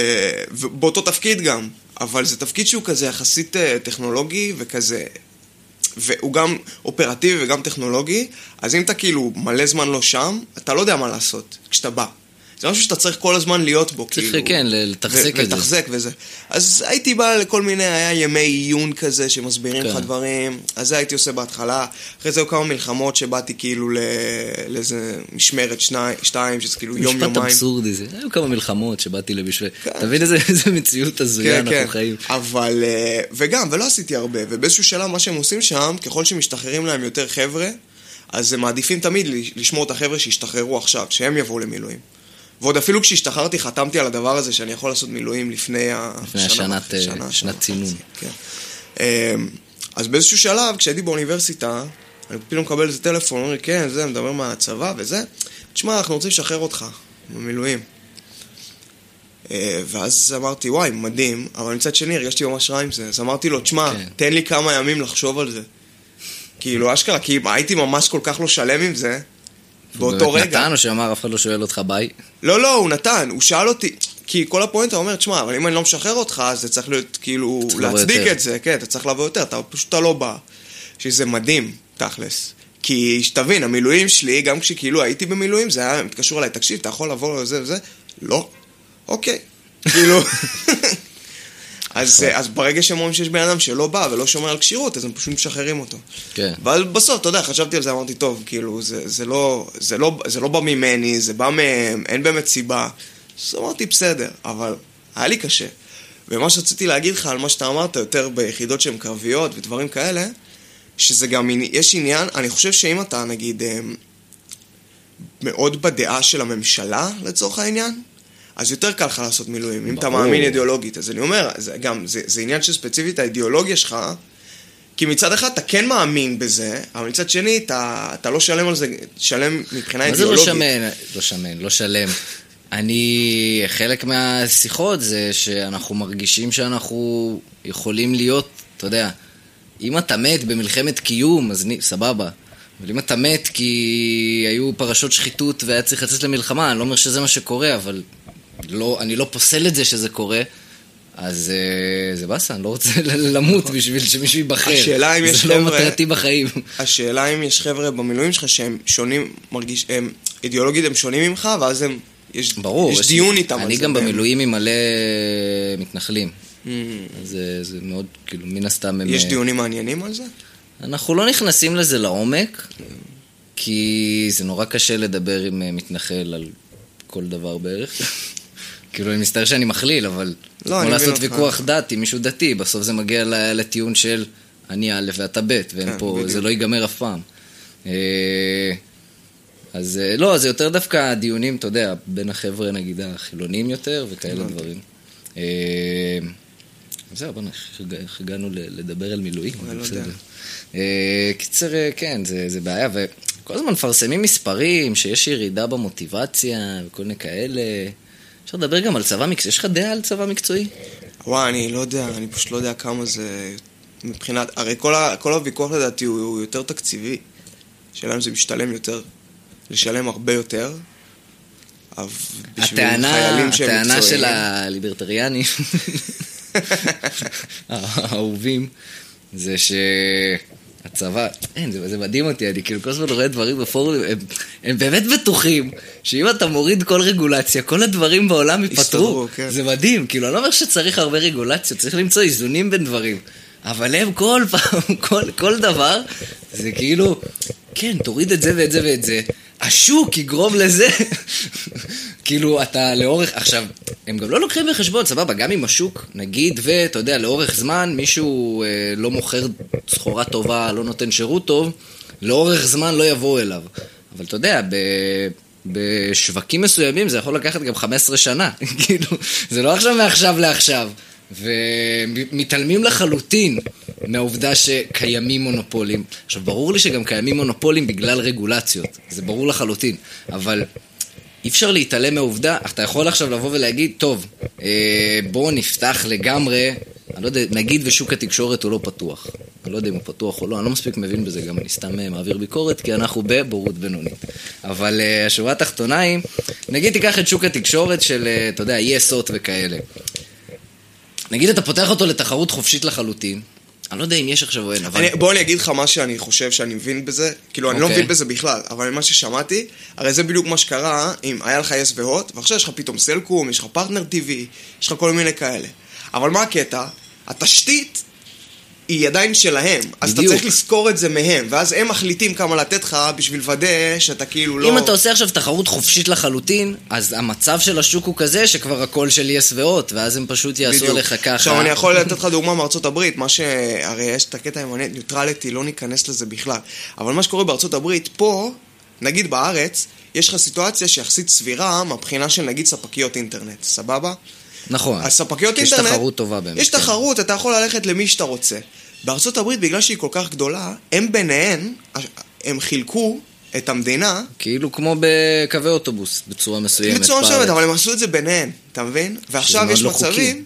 ובאותו תפקיד גם. אבל זה תפקיד שהוא כזה יחסית אה, טכנולוגי וכזה... והוא גם אופרטיבי וגם טכנולוגי, אז אם אתה כאילו מלא זמן לא שם, אתה לא יודע מה לעשות כשאתה בא. זה משהו שאתה צריך כל הזמן להיות בו,
צריך,
כאילו.
כן, ל- לתחזק את זה.
ולתחזק וזה. אז הייתי בא לכל מיני, היה ימי עיון כזה שמסבירים
כן.
לך דברים, אז זה הייתי עושה בהתחלה. אחרי זה היו כמה מלחמות שבאתי כאילו ל- לאיזה משמרת שני- שתיים, שזה כאילו יום
משפט
יומיים.
אבסורדי זה. היו כמה מלחמות שבאתי לבשביל... אתה מבין איזה איזה מציאות הזויה
כן,
אנחנו
כן.
חיים?
אבל, אה, וגם, ולא עשיתי הרבה, ובאיזשהו שלב מה שהם עושים שם, ככל שמשתחררים להם יותר חבר'ה, אז הם מעדיפים תמיד ל- לשמור את החבר'ה שהשתחררו עכשיו, שהם יבואו למילואים. ועוד אפילו כשהשתחררתי חתמתי על הדבר הזה שאני יכול לעשות מילואים לפני
לפני
השנה.
השנת,
וחצי,
אה,
שנה,
שנת
שנה
צינון.
וחצי, כן. אמ, אז באיזשהו שלב, כשהייתי באוניברסיטה, אני פתאום מקבל איזה טלפון, אומר לי, כן, זה, מדבר מהצבא וזה, תשמע, אנחנו רוצים לשחרר אותך, במילואים. אה, ואז אמרתי, וואי, מדהים, אבל מצד שני הרגשתי ממש רע עם זה, אז אמרתי לו, תשמע,
כן.
תן לי כמה ימים לחשוב על זה. כאילו, אשכרה, כי הייתי ממש כל כך לא שלם עם זה, באותו
באמת
רגע.
נתן או שאמר אף אחד לא שואל אותך ביי?
לא, לא, הוא נתן, הוא שאל אותי, כי כל הפואנטה אומר, תשמע, אבל אם אני לא משחרר אותך, אז זה צריך להיות, כאילו,
צריך לבוא
להצדיק
יותר."
את זה, כן, אתה צריך לבוא יותר, אתה פשוט אתה לא בא. שזה מדהים, תכלס. כי שתבין, המילואים שלי, גם כשכאילו הייתי במילואים, זה היה, הם התקשרו אליי, תקשיב, אתה יכול לבוא לזה וזה? לא. אוקיי. כאילו... אז, אה, אז ברגע שהם אומרים שיש בן אדם שלא בא ולא שומר על כשירות, אז הם פשוט משחררים אותו.
כן.
ואז בסוף, אתה יודע, חשבתי על זה, אמרתי, טוב, כאילו, זה, זה, לא, זה, לא, זה לא בא ממני, זה בא מהם, אין באמת סיבה. אז אמרתי, בסדר, אבל היה לי קשה. ומה שרציתי להגיד לך על מה שאתה אמרת, יותר ביחידות שהן קרביות ודברים כאלה, שזה גם, עני- יש עניין, אני חושב שאם אתה, נגיד, אמ, מאוד בדעה של הממשלה, לצורך העניין, אז יותר קל לך לעשות מילואים, אם אתה
ברור.
מאמין אידיאולוגית. אז אני אומר, זה גם, זה, זה עניין שספציפית האידיאולוגיה שלך, כי מצד אחד אתה כן מאמין בזה, אבל מצד שני אתה, אתה לא שלם על זה, שלם מבחינה
מה זה לא
אידיאולוגית.
שמן? לא שמן, לא שלם. אני, חלק מהשיחות זה שאנחנו מרגישים שאנחנו יכולים להיות, אתה יודע, אם אתה מת במלחמת קיום, אז ני- סבבה. אבל אם אתה מת כי היו פרשות שחיתות והיה צריך לצאת למלחמה, אני לא אומר שזה מה שקורה, אבל לא, אני לא פוסל את זה שזה קורה. אז אה, זה באסה, אני לא רוצה ל- למות בשביל שמישהו ייבחר.
נכון. השאלה אם יש
זה לא
חבר'ה-
מטרתי בחיים.
השאלה אם יש חבר'ה במילואים שלך שהם שונים, מרגיש, הם אידיאולוגית הם שונים ממך, ואז הם, יש,
ברור.
יש דיון איתם על זה. כן.
אני גם
באמת.
במילואים עם מלא מתנחלים.
Mm,
זה, זה מאוד, כאילו, מן הסתם הם...
יש
אה,
דיונים מעניינים על זה?
אנחנו לא נכנסים לזה לעומק, כי זה נורא קשה לדבר עם אה, מתנחל על כל דבר בערך. כאילו, אני מצטער שאני מכליל, אבל זה כמו
לא, אני מבין
לעשות
אותך.
ויכוח דת עם מישהו דתי, בסוף זה מגיע ל- לטיעון של אני א' ואתה ב', ואין
כן,
פה, זה
בדיוק.
לא ייגמר אף פעם. אה, אז אה, לא, זה יותר דווקא הדיונים, אתה יודע, בין החבר'ה, נגיד, החילונים יותר, וכאלה דברים. אה, זהו, בוא'נה, איך- איך הגענו ל- לדבר על מילואים?
אני לא
בסדר.
יודע.
אה, קיצר, אה, כן, זה, זה בעיה, וכל הזמן מפרסמים מספרים, שיש ירידה במוטיבציה וכל מיני כאלה. אפשר לדבר גם על צבא מקצועי, יש לך דעה על צבא מקצועי?
וואי, אני לא יודע, אני פשוט לא יודע כמה זה מבחינת... הרי כל, ה, כל הוויכוח לדעתי הוא, הוא יותר תקציבי. השאלה אם זה משתלם יותר, לשלם הרבה יותר. אבל בשביל
הטענה,
חיילים שהם
הטענה
מקצועיים-
של הליברטריאנים, האהובים, זה שהצבא, אין, זה, זה מדהים אותי, אני כאילו כל הזמן רואה דברים בפורומים, הם, הם באמת בטוחים שאם אתה מוריד כל רגולציה, כל הדברים בעולם ייפתרו.
יסתדרו, כן.
זה מדהים, כאילו, אני לא אומר שצריך הרבה רגולציה, צריך למצוא איזונים בין דברים. אבל הם כל פעם, כל, כל דבר, זה כאילו, כן, תוריד את זה ואת זה ואת זה. השוק יגרום לזה. כאילו, אתה לאורך... עכשיו, הם גם לא לוקחים בחשבון, סבבה, גם עם השוק, נגיד, ואתה יודע, לאורך זמן מישהו אה, לא מוכר סחורה טובה, לא נותן שירות טוב, לאורך זמן לא יבואו אליו. אבל אתה יודע, ב... בשווקים מסוימים זה יכול לקחת גם 15 שנה, כאילו, זה לא עכשיו מעכשיו לעכשיו. ומתעלמים לחלוטין מהעובדה שקיימים מונופולים. עכשיו, ברור לי שגם קיימים מונופולים בגלל רגולציות, זה ברור לחלוטין, אבל אי אפשר להתעלם מהעובדה, אתה יכול עכשיו לבוא ולהגיד, טוב, אה, בואו נפתח לגמרי, אני לא יודע, נגיד ושוק התקשורת הוא לא פתוח. אני לא יודע אם הוא פתוח או לא, אני לא מספיק מבין בזה, גם אני סתם אה, מעביר ביקורת, כי אנחנו בבורות בינונית. אבל אה, השורה התחתונה היא, נגיד תיקח את שוק התקשורת של, אה, אתה יודע, יס-הוט וכאלה. נגיד אתה פותח אותו לתחרות חופשית לחלוטין, אני לא יודע אם יש עכשיו או אין, אבל...
אני, בוא אני אגיד לך מה שאני חושב שאני מבין בזה, כאילו אני לא
אוקיי.
מבין בזה בכלל, אבל ממה ששמעתי, הרי זה בדיוק מה שקרה אם היה לך יס והוט, ועכשיו יש לך פתאום סלקום, יש לך פרטנר טיווי, יש לך כל מיני כאלה. אבל מה הקטע? התשתית היא עדיין שלהם, אז אתה
בדיוק.
צריך לזכור את זה מהם, ואז הם מחליטים כמה לתת לך בשביל לוודא שאתה כאילו לא...
אם אתה עושה עכשיו תחרות חופשית לחלוטין, אז המצב של השוק הוא כזה שכבר הכל של יס והוט, ואז הם פשוט יעשו
בדיוק.
עליך ככה.
עכשיו אני יכול לתת לך דוגמה מארצות הברית, מה ש... הרי יש את הקטע עם הניוטרליטי, לא ניכנס לזה בכלל. אבל מה שקורה בארצות הברית, פה, נגיד בארץ, יש לך סיטואציה שיחסית סבירה מהבחינה של נגיד ספקיות אינטרנט, סבבה?
נכון.
הספקיות
יש
אינטרנט...
יש תחרות טובה באמת.
יש
כן.
תחרות, אתה יכול ללכת למי שאתה רוצה. בארצות הברית, בגלל שהיא כל כך גדולה, הם ביניהן, אה, הם חילקו את המדינה
כאילו כמו בקווי אוטובוס, בצורה מסוימת.
בצורה
בארץ.
מסוימת, אבל הם עשו את זה ביניהן, אתה מבין? ועכשיו
מאוד
יש
לא חוקי.
מצבים...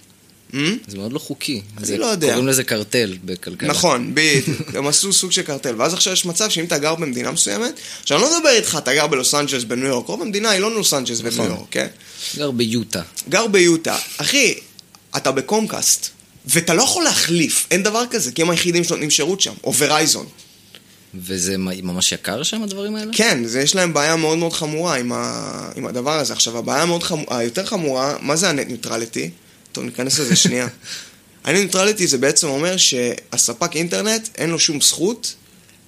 Hmm?
זה מאוד לא חוקי. אני
לא יודע.
קוראים לזה קרטל בכלכלה.
נכון, בדיוק. הם עשו סוג של קרטל. ואז עכשיו יש מצב שאם אתה גר במדינה מסוימת, עכשיו אני לא מדבר איתך, אתה גר בלוס אנג'לס בניו יורק, רוב המדינה היא לא לוס אנג'לס בניו
נכון.
יורק, כן?
גר ביוטה.
גר ביוטה. אחי, אתה בקומקאסט, ואתה לא יכול להחליף, אין דבר כזה, כי הם היחידים שנותנים שירות שם, או ורייזון.
וזה מ- ממש יקר שם, הדברים האלה?
כן, זה, יש להם בעיה מאוד מאוד חמורה עם, ה, עם הדבר הזה. עכשיו, הבעיה המאוד חמ- היותר חמורה, מה זה הנט ניוטרליטי? טוב, ניכנס לזה שנייה. הנט ניוטרליטי זה בעצם אומר שהספק אינטרנט, אין לו שום זכות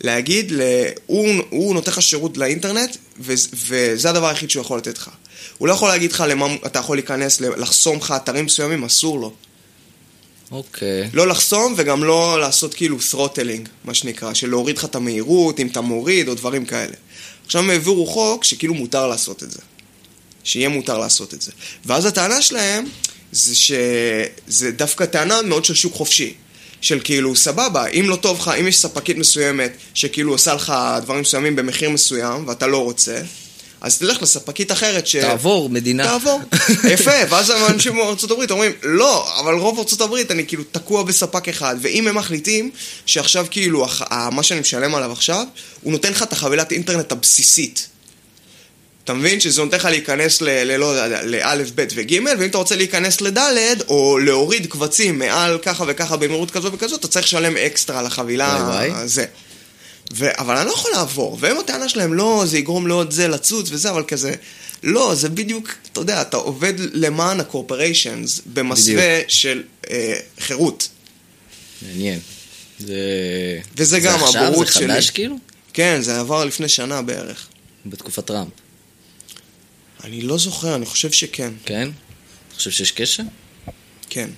להגיד, ל... הוא, הוא נותן לך שירות לאינטרנט, ו... וזה הדבר היחיד שהוא יכול לתת לך. הוא לא יכול להגיד לך למה אתה יכול להיכנס, ל- לחסום לך אתרים מסוימים, אסור לו.
אוקיי.
לא לחסום וגם לא לעשות כאילו throttling, מה שנקרא, של להוריד לך את המהירות, אם אתה מוריד או דברים כאלה. עכשיו הם העבירו חוק שכאילו מותר לעשות את זה. שיהיה מותר לעשות את זה. ואז הטענה שלהם זה שזה דווקא טענה מאוד של שוק חופשי. של כאילו, סבבה, אם לא טוב לך, אם יש ספקית מסוימת שכאילו עושה לך דברים מסוימים במחיר מסוים ואתה לא רוצה, אז תלך לספקית אחרת ש...
תעבור מדינה.
אה, תעבור. יפה, ואז אנשים מארצות הברית אומרים, לא, אבל רוב ארצות הברית אני כאילו תקוע בספק אחד, ואם הם מחליטים שעכשיו כאילו, הח- ה- מה שאני משלם עליו עכשיו, הוא נותן לך את החבילת אינטרנט הבסיסית. אתה מבין שזה נותן לך להיכנס ל- ל- לא יודע, לאלף, בית וג', ואם אתה רוצה להיכנס לדלת, או להוריד קבצים מעל ככה וככה במהירות כזו וכזו, אתה צריך לשלם אקסטרה על החבילה
וואי וואי.
הזה. ו- אבל אני לא יכול לעבור, והם הטענה שלהם, לא, זה יגרום לעוד זה לצוץ וזה, אבל כזה, לא, זה בדיוק, אתה יודע, אתה עובד למען הקורפריישנס במסווה של אה, חירות.
מעניין. זה...
וזה גם
זה
הבורות
עכשיו, זה חדש
שלי.
כאילו?
כן, זה עבר לפני שנה בערך.
בתקופת טראמפ,
אני לא זוכר, אני חושב שכן.
כן? אתה חושב שיש קשר?
כן,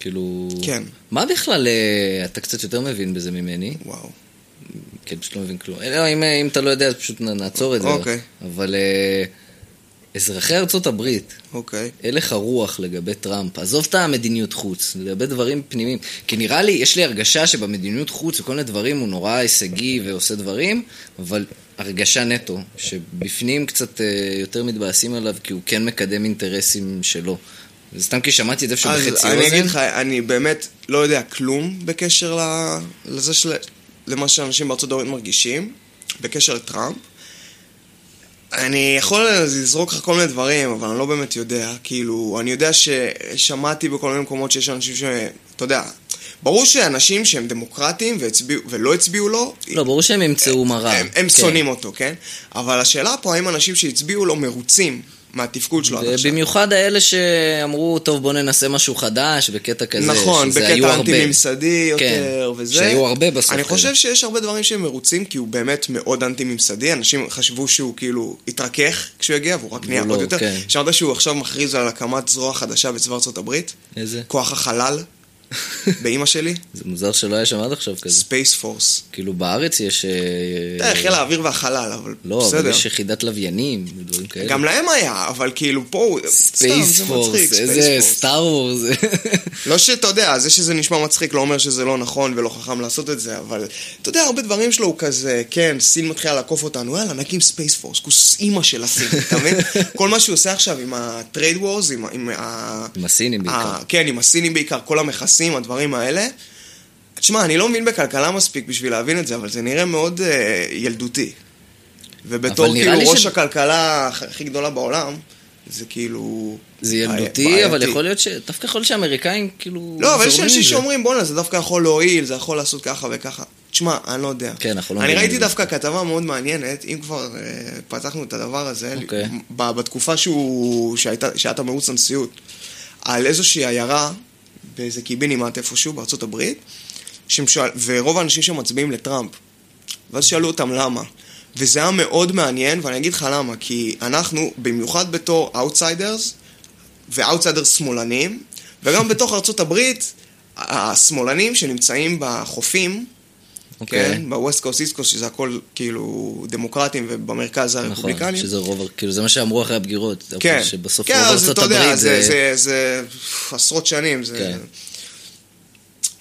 כאילו...
כן.
מה בכלל, אה, אתה קצת יותר מבין בזה ממני,
וואו.
כי אני פשוט לא מבין כלום. לא, אם, אם אתה לא יודע, אז פשוט נ- נעצור את זה.
אוקיי.
אבל אה, אזרחי ארצות הברית,
אוקיי.
הלך הרוח לגבי טראמפ, עזוב את המדיניות חוץ, לגבי דברים פנימיים. כי נראה לי, יש לי הרגשה שבמדיניות חוץ וכל מיני דברים הוא נורא הישגי ועושה דברים, אבל הרגשה נטו, שבפנים קצת אה, יותר מתבאסים עליו, כי הוא כן מקדם אינטרסים שלו. זה סתם כי שמעתי את זה
אז
שבחצי אוזן.
אני אגיד לך, אני באמת לא יודע כלום בקשר ל- לזה של... למה שאנשים בארצות הברית מרגישים, בקשר לטראמפ. אני יכול לזרוק לך כל מיני דברים, אבל אני לא באמת יודע. כאילו, אני יודע ששמעתי בכל מיני מקומות שיש אנשים ש... אתה יודע, ברור שאנשים שהם דמוקרטים והצביעו, ולא הצביעו לו,
לא, ברור שהם ימצאו מראה.
הם,
כן.
הם שונאים אותו, כן? אבל השאלה פה, האם אנשים שהצביעו לו מרוצים מהתפקוד שלו עד לא, עכשיו?
במיוחד האלה שאמרו, טוב, בוא ננסה משהו חדש, בקטע כזה.
נכון,
שזה היו
בקטע
הרבה.
אנטי-ממסדי יותר
כן,
וזה.
שהיו הרבה בסוף
אני
כאלה.
חושב שיש הרבה דברים שהם מרוצים, כי הוא באמת מאוד אנטי-ממסדי. אנשים חשבו שהוא כאילו התרכך כשהוא הגיע, והוא רק נהיה
והוא
עוד
לא,
יותר.
כן.
שמעת שהוא עכשיו מכריז על הקמת זרוע חדשה בצבא ארצות הברית?
איזה?
כוח החלל, באימא שלי?
זה מוזר שלא היה שם עד עכשיו כזה.
ספייס פורס.
כאילו בארץ יש... אה,
אתה יודע, חיל האוויר והחלל, אבל
לא, אבל
בסדר.
יש יחידת לוויינים ודברים כאלה.
גם להם היה, אבל כאילו פה הוא... סתם,
ספייס
זה
פורס,
מצחיק,
איזה
ספייס פורס.
סטאר וורס.
לא שאתה יודע, זה שזה נשמע מצחיק לא אומר שזה לא נכון ולא חכם לעשות את זה, אבל אתה יודע, הרבה דברים שלו הוא כזה, כן, סין מתחילה לעקוף אותנו, יאללה, נקים ספייס פורס, כוס אימא של הסין, אתה מבין? כל מה שהוא עושה עכשיו עם הטרייד וורס, עם, ה- עם ה...
עם הסינים בעיקר.
ה- כן, עם הסינים בעיקר, כל המכסים, הדברים האלה. תשמע, אני לא מבין בכלכלה מספיק בשביל להבין את זה, אבל זה נראה מאוד אה, ילדותי. ובתור
אבל נראה
כאילו
לי ש-
ראש הכלכלה הכ- הכי גדולה בעולם, זה כאילו...
זה
בעי-
ילדותי, אבל
בעייתי.
יכול להיות ש... דווקא יכול להיות שהאמריקאים כאילו...
לא, אבל יש
זורמים עם
אנשים
זה.
שאומרים, בואנה, זה דווקא יכול להועיל, זה יכול לעשות ככה וככה. תשמע, אני לא יודע.
כן, אנחנו לא
אני
מבינים
ראיתי
את זה.
דווקא כתבה מאוד מעניינת, אם כבר אה, פתחנו את הדבר הזה,
אוקיי.
ב- בתקופה שהוא, שהייתה, שהיה תמרוץ הנשיאות, על איזושהי עיירה, באיזה קיבינימט איפשהו בארצות הברית, שהם שואל, ורוב האנשים שמצביעים לטראמפ. ואז שאלו אותם למה. וזה היה מאוד מעניין, ואני אגיד לך למה, כי אנחנו, במיוחד בתור אאוטסיידרס, ואאוטסיידרס שמאלנים, וגם בתוך ארצות הברית, השמאלנים שנמצאים בחופים,
אוקיי.
כן, בווסט קוסט איסט קוסט, שזה הכל כאילו דמוקרטים, ובמרכז זה
נכון,
הרפובליקנים.
שזה רוב... כאילו זה מה שאמרו אחרי הבגירות. אוקיי,
כן,
שבסוף
כן,
רוב
אז
ארצות
אתה יודע,
הברית
זה,
זה...
זה, זה עשרות שנים. זה...
כן.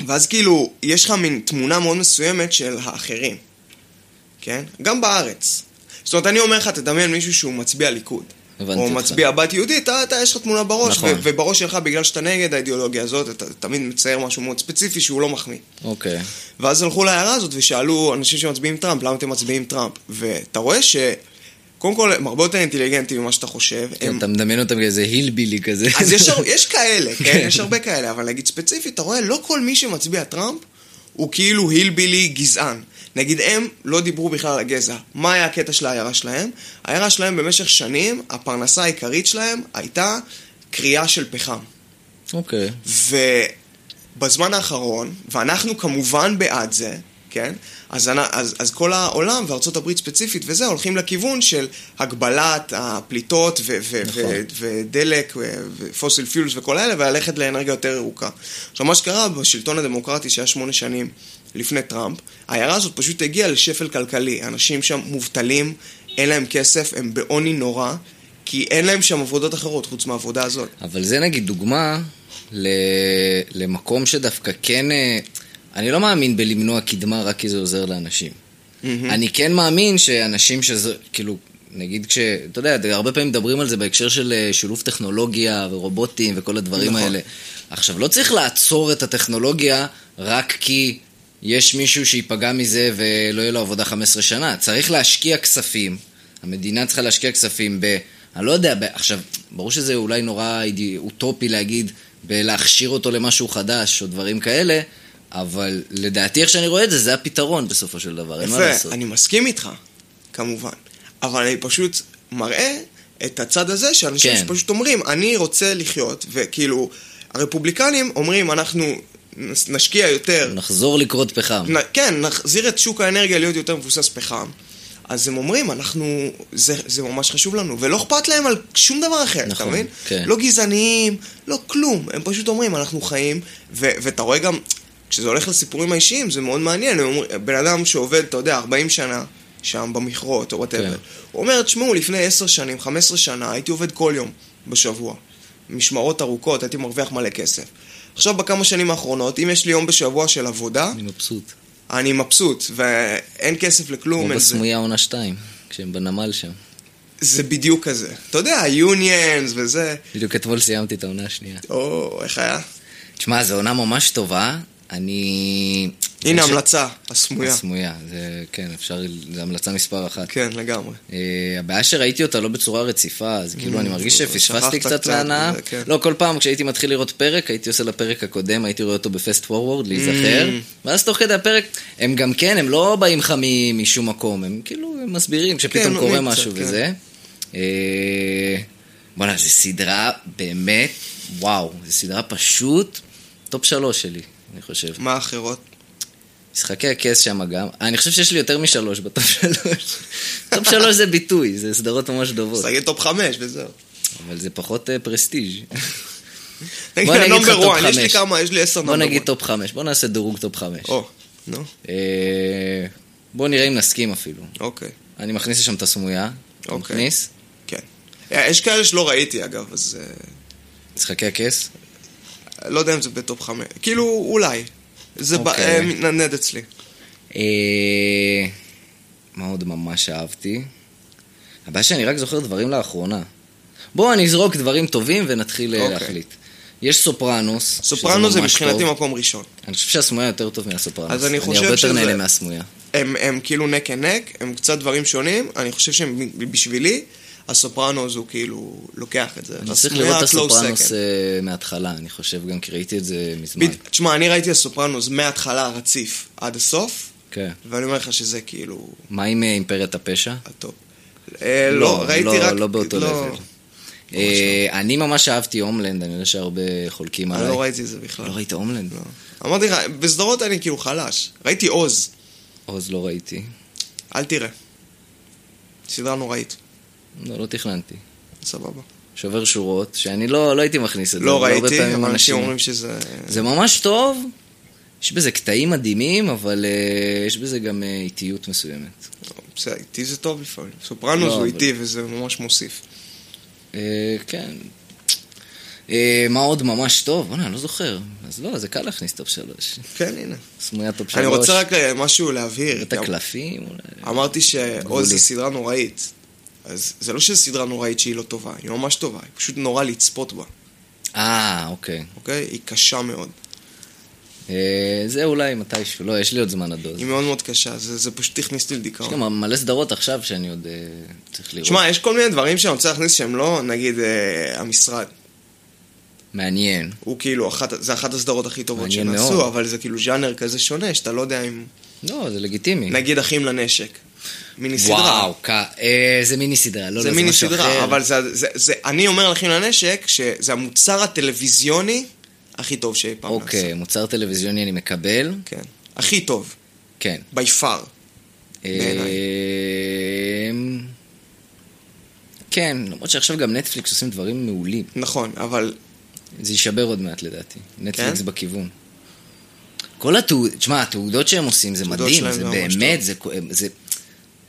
ואז כאילו, יש לך מין תמונה מאוד מסוימת של האחרים, כן? גם בארץ. זאת אומרת, אני אומר לך, תדמיין מישהו שהוא מצביע ליכוד.
הבנתי
או
אותך.
מצביע בת יהודית, אתה, אתה יש לך תמונה בראש,
נכון.
ו- ובראש שלך, בגלל שאתה נגד האידיאולוגיה הזאת, אתה תמיד מצייר משהו מאוד ספציפי שהוא לא מחמיא.
אוקיי.
ואז הלכו לעיירה הזאת ושאלו אנשים שמצביעים טראמפ, למה אתם מצביעים טראמפ? ואתה רואה ש... קודם כל, הם הרבה יותר אינטליגנטים ממה שאתה חושב.
כן,
הם
אתה מדמיין אותם כאיזה הילבילי כזה.
אז יש, הר... יש כאלה, כן?
כן.
יש הרבה כאלה, אבל נגיד ספציפית, אתה רואה, לא כל מי שמצביע טראמפ הוא כאילו הילבילי גזען. נגיד הם לא דיברו בכלל על הגזע. מה היה הקטע של העיירה שלהם? העיירה שלהם במשך שנים, הפרנסה העיקרית שלהם הייתה קריאה של פחם.
אוקיי.
ובזמן האחרון, ואנחנו כמובן בעד זה, כן? אז, אנ- אז, אז כל העולם, וארצות הברית ספציפית וזה, הולכים לכיוון של הגבלת הפליטות ו- ו-
נכון.
ו- ודלק ו- ופוסיל פיולס וכל האלה, וללכת לאנרגיה יותר ירוקה. עכשיו, מה שקרה בשלטון הדמוקרטי שהיה שמונה שנים לפני טראמפ, העיירה הזאת פשוט הגיעה לשפל כלכלי. אנשים שם מובטלים, אין להם כסף, הם בעוני נורא, כי אין להם שם עבודות אחרות חוץ מהעבודה הזאת.
אבל זה נגיד דוגמה ל... למקום שדווקא כן... אה, אני לא מאמין בלמנוע קדמה רק כי זה עוזר לאנשים. אני כן מאמין שאנשים שזה, כאילו, נגיד כש... אתה יודע, הרבה פעמים מדברים על זה בהקשר של אה, שילוב טכנולוגיה ורובוטים וכל הדברים
נכון.
האלה. עכשיו, לא צריך לעצור את הטכנולוגיה רק כי יש מישהו שייפגע מזה ולא יהיה לו עבודה 15 שנה. צריך להשקיע כספים. המדינה צריכה להשקיע כספים ב... אני לא יודע, ב... עכשיו, ברור שזה אולי נורא אידי- אוטופי להגיד בלהכשיר אותו למשהו חדש או דברים כאלה, אבל לדעתי, איך שאני רואה את זה, זה הפתרון בסופו של דבר, אין מה
יפה,
לעשות.
אני מסכים איתך, כמובן. אבל אני פשוט מראה את הצד הזה של אנשים
כן.
שפשוט אומרים, אני רוצה לחיות, וכאילו, הרפובליקנים אומרים, אנחנו נס- נשקיע יותר,
נחזור לקרות פחם.
נ, כן, נחזיר את שוק האנרגיה להיות יותר מבוסס פחם. אז הם אומרים, אנחנו, זה, זה ממש חשוב לנו, ולא אכפת להם על שום דבר אחר,
נכון,
אתה מבין?
כן.
לא גזעניים, לא כלום, הם פשוט אומרים, אנחנו חיים, ו, ואתה רואה גם, כשזה הולך לסיפורים האישיים, זה מאוד מעניין, הם אומרים, בן אדם שעובד, אתה יודע, 40 שנה, שם במכרות, או וואטאבר,
כן.
הוא אומר, תשמעו, לפני 10 שנים, 15 שנה, הייתי עובד כל יום בשבוע. משמרות ארוכות, הייתי מרוויח מלא כסף. עכשיו, בכמה שנים האחרונות, אם יש לי יום בשבוע של עבודה,
אני מבסוט.
אני מבסוט, ואין כסף לכלום.
כמו
אין זה,
בסמויה עונה 2, כשהם בנמל שם.
זה בדיוק כזה. אתה יודע, יוניונס וזה.
בדיוק אתמול סיימתי את העונה השנייה.
או, איך היה?
תשמע, זו עונה ממש טובה. אני...
הנה
יש-
המלצה, הסמויה.
הסמויה, זה כן, אפשר, זו המלצה מספר אחת.
כן, לגמרי.
אה, הבעיה שראיתי אותה לא בצורה רציפה, אז כאילו אני מרגיש
Mm, שכחת
שפספסתי
קצת
קצת מהנאה.
מזה, כן.
לא, כל פעם כשהייתי מתחיל לראות פרק, הייתי עושה לפרק הקודם, הייתי רואה אותו בפסט פורוורד, להיזכר.
Mm.
ואז תוך כדי הפרק, הם גם כן, הם לא באים לך מ- משום מקום, הם כאילו הם מסבירים
כן,
כשפתאום קורה
מי קצת,
משהו
כן.
וזה. אה, בוא'נה, זו סדרה באמת, וואו, זו סדרה פשוט טופ שלוש שלי, אני חושב.
מה האחרות?
משחקי הכס שם גם. אני חושב שיש לי יותר משלוש בטופ שלוש. טופ שלוש זה ביטוי, זה סדרות ממש
אז
דובות.
תגיד טופ חמש וזהו.
אבל זה פחות אה, פרסטיג'.
לא, תגיד,
נגיד לך
הנומבר
טופ
וואן, יש לי
חמש.
כמה, יש לי עשר
בוא
נומבר
נגיד
וואן.
טופ חמש, בוא נעשה דירוג טופ חמש.
לא או, נו,
אה, בוא נראה אם נסכים אפילו.
אוקיי.
אני מכניס לשם את הסמויה. אתה
אוקיי.
מכניס?
כן. אה, יש כאלה שלא ראיתי, אגב, אז... אה,
משחקי הכס?
לא יודע אם זה בטופ חמש. כאילו, אולי. זה ב-
אוקיי.
אה, מתנדנד אצלי.
אה, מה עוד ממש אהבתי? הבעיה שאני רק זוכר דברים לאחרונה. בואו נזרוק דברים טובים ונתחיל אה,
אוקיי.
להחליט. יש סופרנוס. שזה
סופרנו זה
ממש
מבחינתי
טוב.
מקום ראשון.
אני חושב שהסמויה יותר טוב מהסופרנוס.
אז אני חושב
אני הרבה
שזה-
יותר נהנה מהסמויה.
הם, הם כאילו נק אנד נק, הם קצת דברים שונים, אני חושב שהם בשבילי, הסופרנוס הוא כאילו לוקח את זה.
אני צריך
הסמויה
לראות את
close
הסופרנוס
second.
אה, מההתחלה, אני חושב גם כי ראיתי את זה מזמן.
בד- תשמע, אני ראיתי הסופרנוס מההתחלה רציף עד הסוף,
כן.
ואני אומר לך שזה כאילו
מה עם אה, אימפריית הפשע?
הטופ. אה, לא, ראיתי
לא,
רק...
לא באותו לבל. אה, אני ממש אהבתי הומלנד, אני יודע שהרבה חולקים
אני
עליי.
לא ראיתי את זה בכלל.
לא ראית הומלנד?
לא. אמרתי לך, בסדרות אני כאילו חלש. ראיתי עוז,
עוז לא ראיתי.
אל תראה. סדרה נוראית,
לא, לא תכננתי.
סבבה.
שובר שורות, שאני לא, לא הייתי מכניס את זה.
לא
אבל הרבה
ראיתי,
פעמים
אבל
אנשים-
אנשים אומרים שזה...
זה ממש טוב, יש בזה קטעים מדהימים, אבל אה, יש בזה גם אה, איטיות מסוימת.
בסדר, איטי זה טוב לפעמים. סופרנוס
לא,
הוא
אבל-
איטי וזה ממש מוסיף.
אה, כן. אה, מה עוד ממש טוב? בוא'נה, אני לא זוכר. אז לא, זה קל להכניס טופ שלוש.
כן, הנה.
סמויה טופ שלוש.
אני רוצה רק אה, משהו להבהיר.
את
גם-
הקלפים אולי.
אמרתי שעוז
גבולי.
זה סדרה נוראית. אז זה לא שזו סדרה נוראית שהיא לא טובה, היא ממש טובה, היא פשוט נורא לצפות בה,
אה, אוקיי.
אוקיי? היא קשה מאוד.
אה, זה אולי מתישהו. לא, יש לי עוד זמן עד אז.
היא מאוד מאוד קשה, זה, זה פשוט הכניס אותי
יש
לדיכאון.
גם מלא סדרות עכשיו שאני עוד אה, צריך לראות.
שמע, יש כל מיני דברים שאני רוצה להכניס שהם לא, נגיד, אה, המשרד.
מעניין.
הוא כאילו, אחת, זה אחת הסדרות הכי טובות
מעניין
שנעשו,
מאוד.
אבל זה כאילו ז'אנר כזה שונה, שאתה לא יודע אם...
לא, זה לגיטימי.
נגיד, אחים לנשק. מיני סדרה.
וואו, ק- אה, זה מיני סדרה. לא,
זה
לא,
מיני
משהו
סדרה,
אחר.
אבל זה, זה, זה, אני אומר לכם לנשק שזה המוצר הטלוויזיוני הכי טוב שאי פעם נעשה.
אוקיי, מוצר טלוויזיוני אני מקבל.
כן. הכי טוב,
כן.
by far. בעיניי.
אמ, כן, למרות שעכשיו גם נטפליקס עושים דברים מעולים.
נכון, אבל
זה יישבר עוד מעט לדעתי. נטפליקס
כן?
בכיוון. כל התעודות, תשמע, התעודות שהם עושים זה
התעודות
מדהים,
שלהם
זה
זה ממש
באמת, זה, כואב, זה,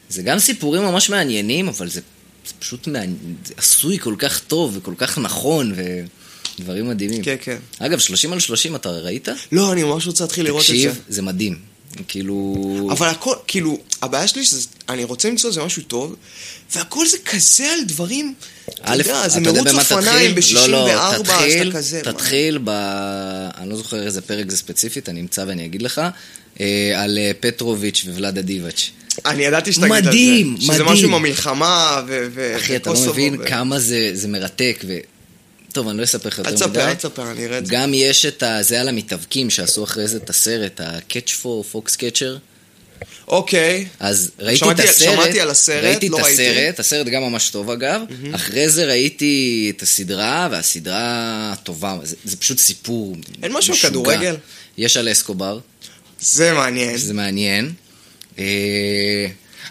זה גם סיפורים ממש מעניינים, אבל זה, זה פשוט מעניין, זה עשוי כל כך טוב וכל כך נכון, ודברים מדהימים.
כן, כן.
אגב, 30 על 30 אתה ראית?
לא, אני ממש רוצה להתחיל לראות את זה.
תקשיב, זה מדהים. כאילו...
אבל הכל, כאילו, הבעיה שלי שזה, אני רוצה למצוא איזה משהו טוב, והכל זה כזה על דברים, אתה
א',
יודע, זה
אתה יודע
מרוץ
במה
אופניים
תתחיל? לא, לא,
ב-64,
תתחיל,
שאתה כזה, מה?
תתחיל ב... אני לא זוכר איזה פרק זה ספציפית, אני אמצא ואני אגיד לך, אה, על אה, פטרוביץ' וולאדה דיבאץ'.
אני ידעתי שתגיד על זה.
מדהים,
שזה
מדהים.
משהו במלחמה, ו... ו-
אחי, אתה לא
וקוסובו
מבין
ו-
כמה זה זה מרתק, ו... טוב, אני לא אספר לך
אל
יותר מדי.
תספר, אל תספר, אני אראה את זה.
גם יש את ה... זה על המתאבקים שעשו אחרי זה את הסרט, ה-catch for fox catcher.
אוקיי.
אז ראיתי את
שמעתי-
הסרט,
שמעתי על הסרט,
ראיתי
לא
את
ראיתי.
הסרט, הסרט גם ממש טוב אגב, אחרי זה ראיתי את הסדרה, והסדרה טובה, זה, זה פשוט סיפור
אין משהו על
משוגע.
כדורגל?
יש על אסקובר,
זה מעניין.
שזה מעניין. אה,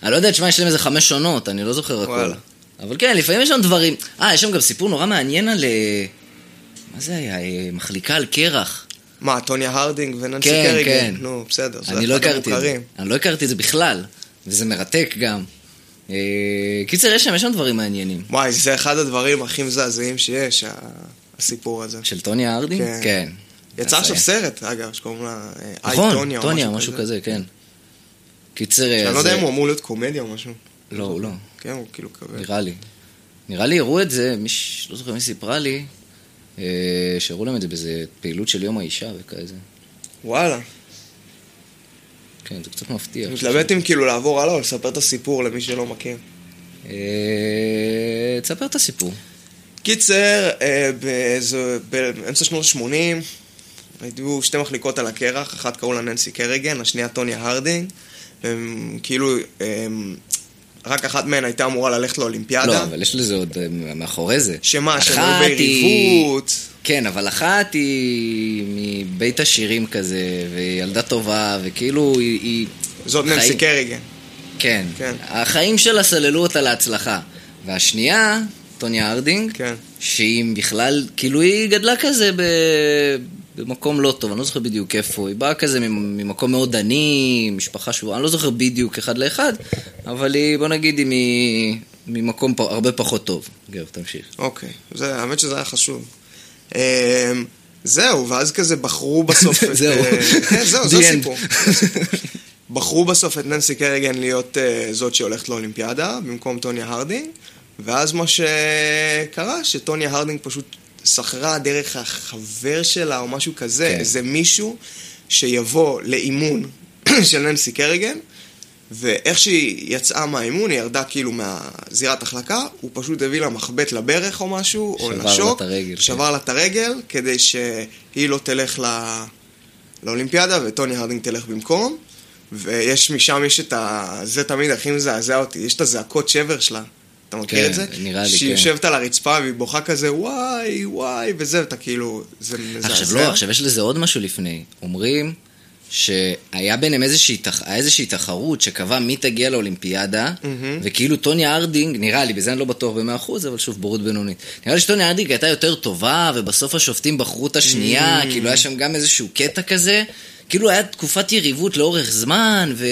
אני לא יודע, תשמע, יש להם איזה חמש עונות, אני לא זוכר הכל.
וואלה.
אבל כן, לפעמים יש שם דברים. אה, יש שם גם סיפור נורא מעניין על... אה, מה זה היה? אה, מחליקה על קרח.
מה, טוניה הרדינג וננסי
כן,
קריגן?
כן.
נו, בסדר. זה
אני לא
אחד
הכרתי את זה.
המוכרים.
אני לא הכרתי את זה בכלל, וזה מרתק גם. אה, קיצר, יש שם, יש שם דברים מעניינים.
וואי, זה אחד הדברים הכי מזעזעים שיש, ה- הסיפור הזה.
של טוניה הרדינג?
כן.
כן.
יצא עכשיו
אז,
סרט, אגב, שקוראים לה אה,
אה,
איי
נכון,
טוניה או
טוניה, משהו כזה, כן. קיצר, אה,
אני
אז,
לא יודע
אה,
אם הוא אמור להיות קומדיה או משהו.
לא, הוא לא.
כן, הוא כאילו כבד.
נראה לי. נראה לי הראו את זה, מי ש... לא זוכר מי סיפרה לי, אה, שהראו להם את זה באיזה פעילות של יום האישה וכזה.
וואלה.
כן, זה קצת מפתיע.
אני מתלבט אם כאילו לעבור הלאה או לספר את הסיפור למי שלא מכיר.
אה, תספר את הסיפור.
קיצר, אה, באיזה- באמצע שנות ה-80 היו שתי מחליקות על הקרח, אחת קראו לה ננסי קריגן, השנייה טוניה הרדינג, והם כאילו, הם- רק אחת מהן הייתה אמורה ללכת לאולימפיאדה.
לא, אבל יש לזה עוד אה, מאחורי זה.
שמה, שהם
אחת היא-
היו ביריבות.
כן, אבל אחת היא מבית השירים כזה, והיא ילדה טובה, וכאילו היא... היא...
זאת ננסי
חיים.
קריגן.
כן.
כן.
החיים שלה סללו אותה להצלחה. והשנייה, טוניה הרדינג,
כן.
שהיא בכלל, כאילו היא גדלה כזה ב... במקום לא טוב, אני לא זוכר בדיוק איפה, היא באה כזה ממ- ממקום מאוד עני, משפחה שהוא, אני לא זוכר בדיוק אחד לאחד, אבל היא, בוא נגיד, היא מ- ממקום פ... הרבה פחות טוב. גרב, תמשיך.
אוקיי, זה, האמת שזה היה חשוב. אמ, זהו, ואז כזה בחרו בסוף את...
זהו.
אה, כן, זהו, זה
The end.
הסיפור. בחרו בסוף את ננסי קריגן להיות אה, זאת שהולכת לאולימפיאדה, במקום טוניה הרדינג, ואז מה שקרה, שטוניה הרדינג פשוט שכרה דרך החבר שלה או משהו כזה,
כן.
איזה מישהו שיבוא לאימון של ננסי קריגן, ואיך שהיא יצאה מהאימון, היא ירדה כאילו מהזירת החלקה, הוא פשוט הביא לה מחבט לברך או משהו, או
שבר לה
לשוק.
את הרגל, כן.
שבר לה את הרגל, כדי שהיא לא תלך ל... לאולימפיאדה, וטוני הרדינג תלך במקום. ויש משם, יש את ה... זה תמיד הכי מזעזע אותי, יש את הזעקות שבר שלה. אתה מכיר
כן,
את זה?
נראה לי,
שהיא
כן.
יושבת על הרצפה והיא בוכה כזה, וואי, וואי, וזה, ואתה כאילו, זה מזעזע.
עכשיו לא, עכשיו יש לזה עוד משהו לפני. אומרים שהיה ביניהם איזושהי, תח... היה איזושהי תחרות שקבעה מי תגיע לאולימפיאדה,
מהמם.
וכאילו טוניה הרדינג, נראה לי, בזה אני לא בטוח במאה אחוז, אבל שוב, בורות בינונית. נראה לי שטוניה הרדינג הייתה יותר טובה, ובסוף השופטים בחרו את השנייה, כאילו היה שם גם איזשהו קטע כזה. כאילו היה תקופת יריבות לאורך זמן, ו...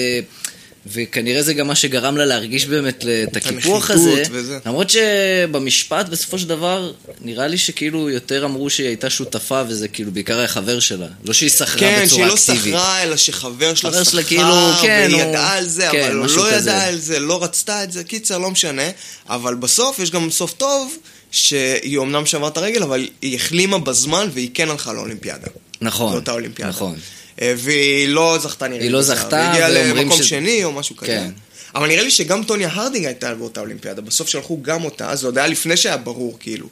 וכנראה זה גם מה שגרם לה להרגיש באמת אה, את הקיפוח
הנחיתות
הזה.
וזה.
למרות שבמשפט בסופו של דבר, נראה לי שכאילו יותר אמרו שהיא הייתה שותפה וזה כאילו בעיקר היה חבר שלה. לא שהיא שכרה
כן, שהיא
בצורה
לא
אקטיבית.
שכרה, אלא שחבר
חבר
שלה
שלה
שכר,
כאילו, כן,
והיא
הוא-
ידעה על זה,
כן,
אבל הוא
משהו
לא
כזה.
ידעה על זה, לא רצתה את זה, קיצר, לא משנה. אבל בסוף יש גם סוף טוב, שהיא אמנם שברה את הרגל, אבל היא החלימה בזמן והיא כן הלכה לאולימפיאדה.
נכון.
זאת האולימפיאדה.
נכון.
אה, והיא לא זכתה נראה לי.
היא לא
בזה,
זכתה,
והיא הגיעה
ואומרים
למקום
ש-
שני או משהו כזה.
כן.
אבל נראה לי שגם טוניה הרדינג הייתה באותה אולימפיאדה, בסוף שלחו גם אותה, אז זה עוד היה לפני שהיה ברור, כאילו.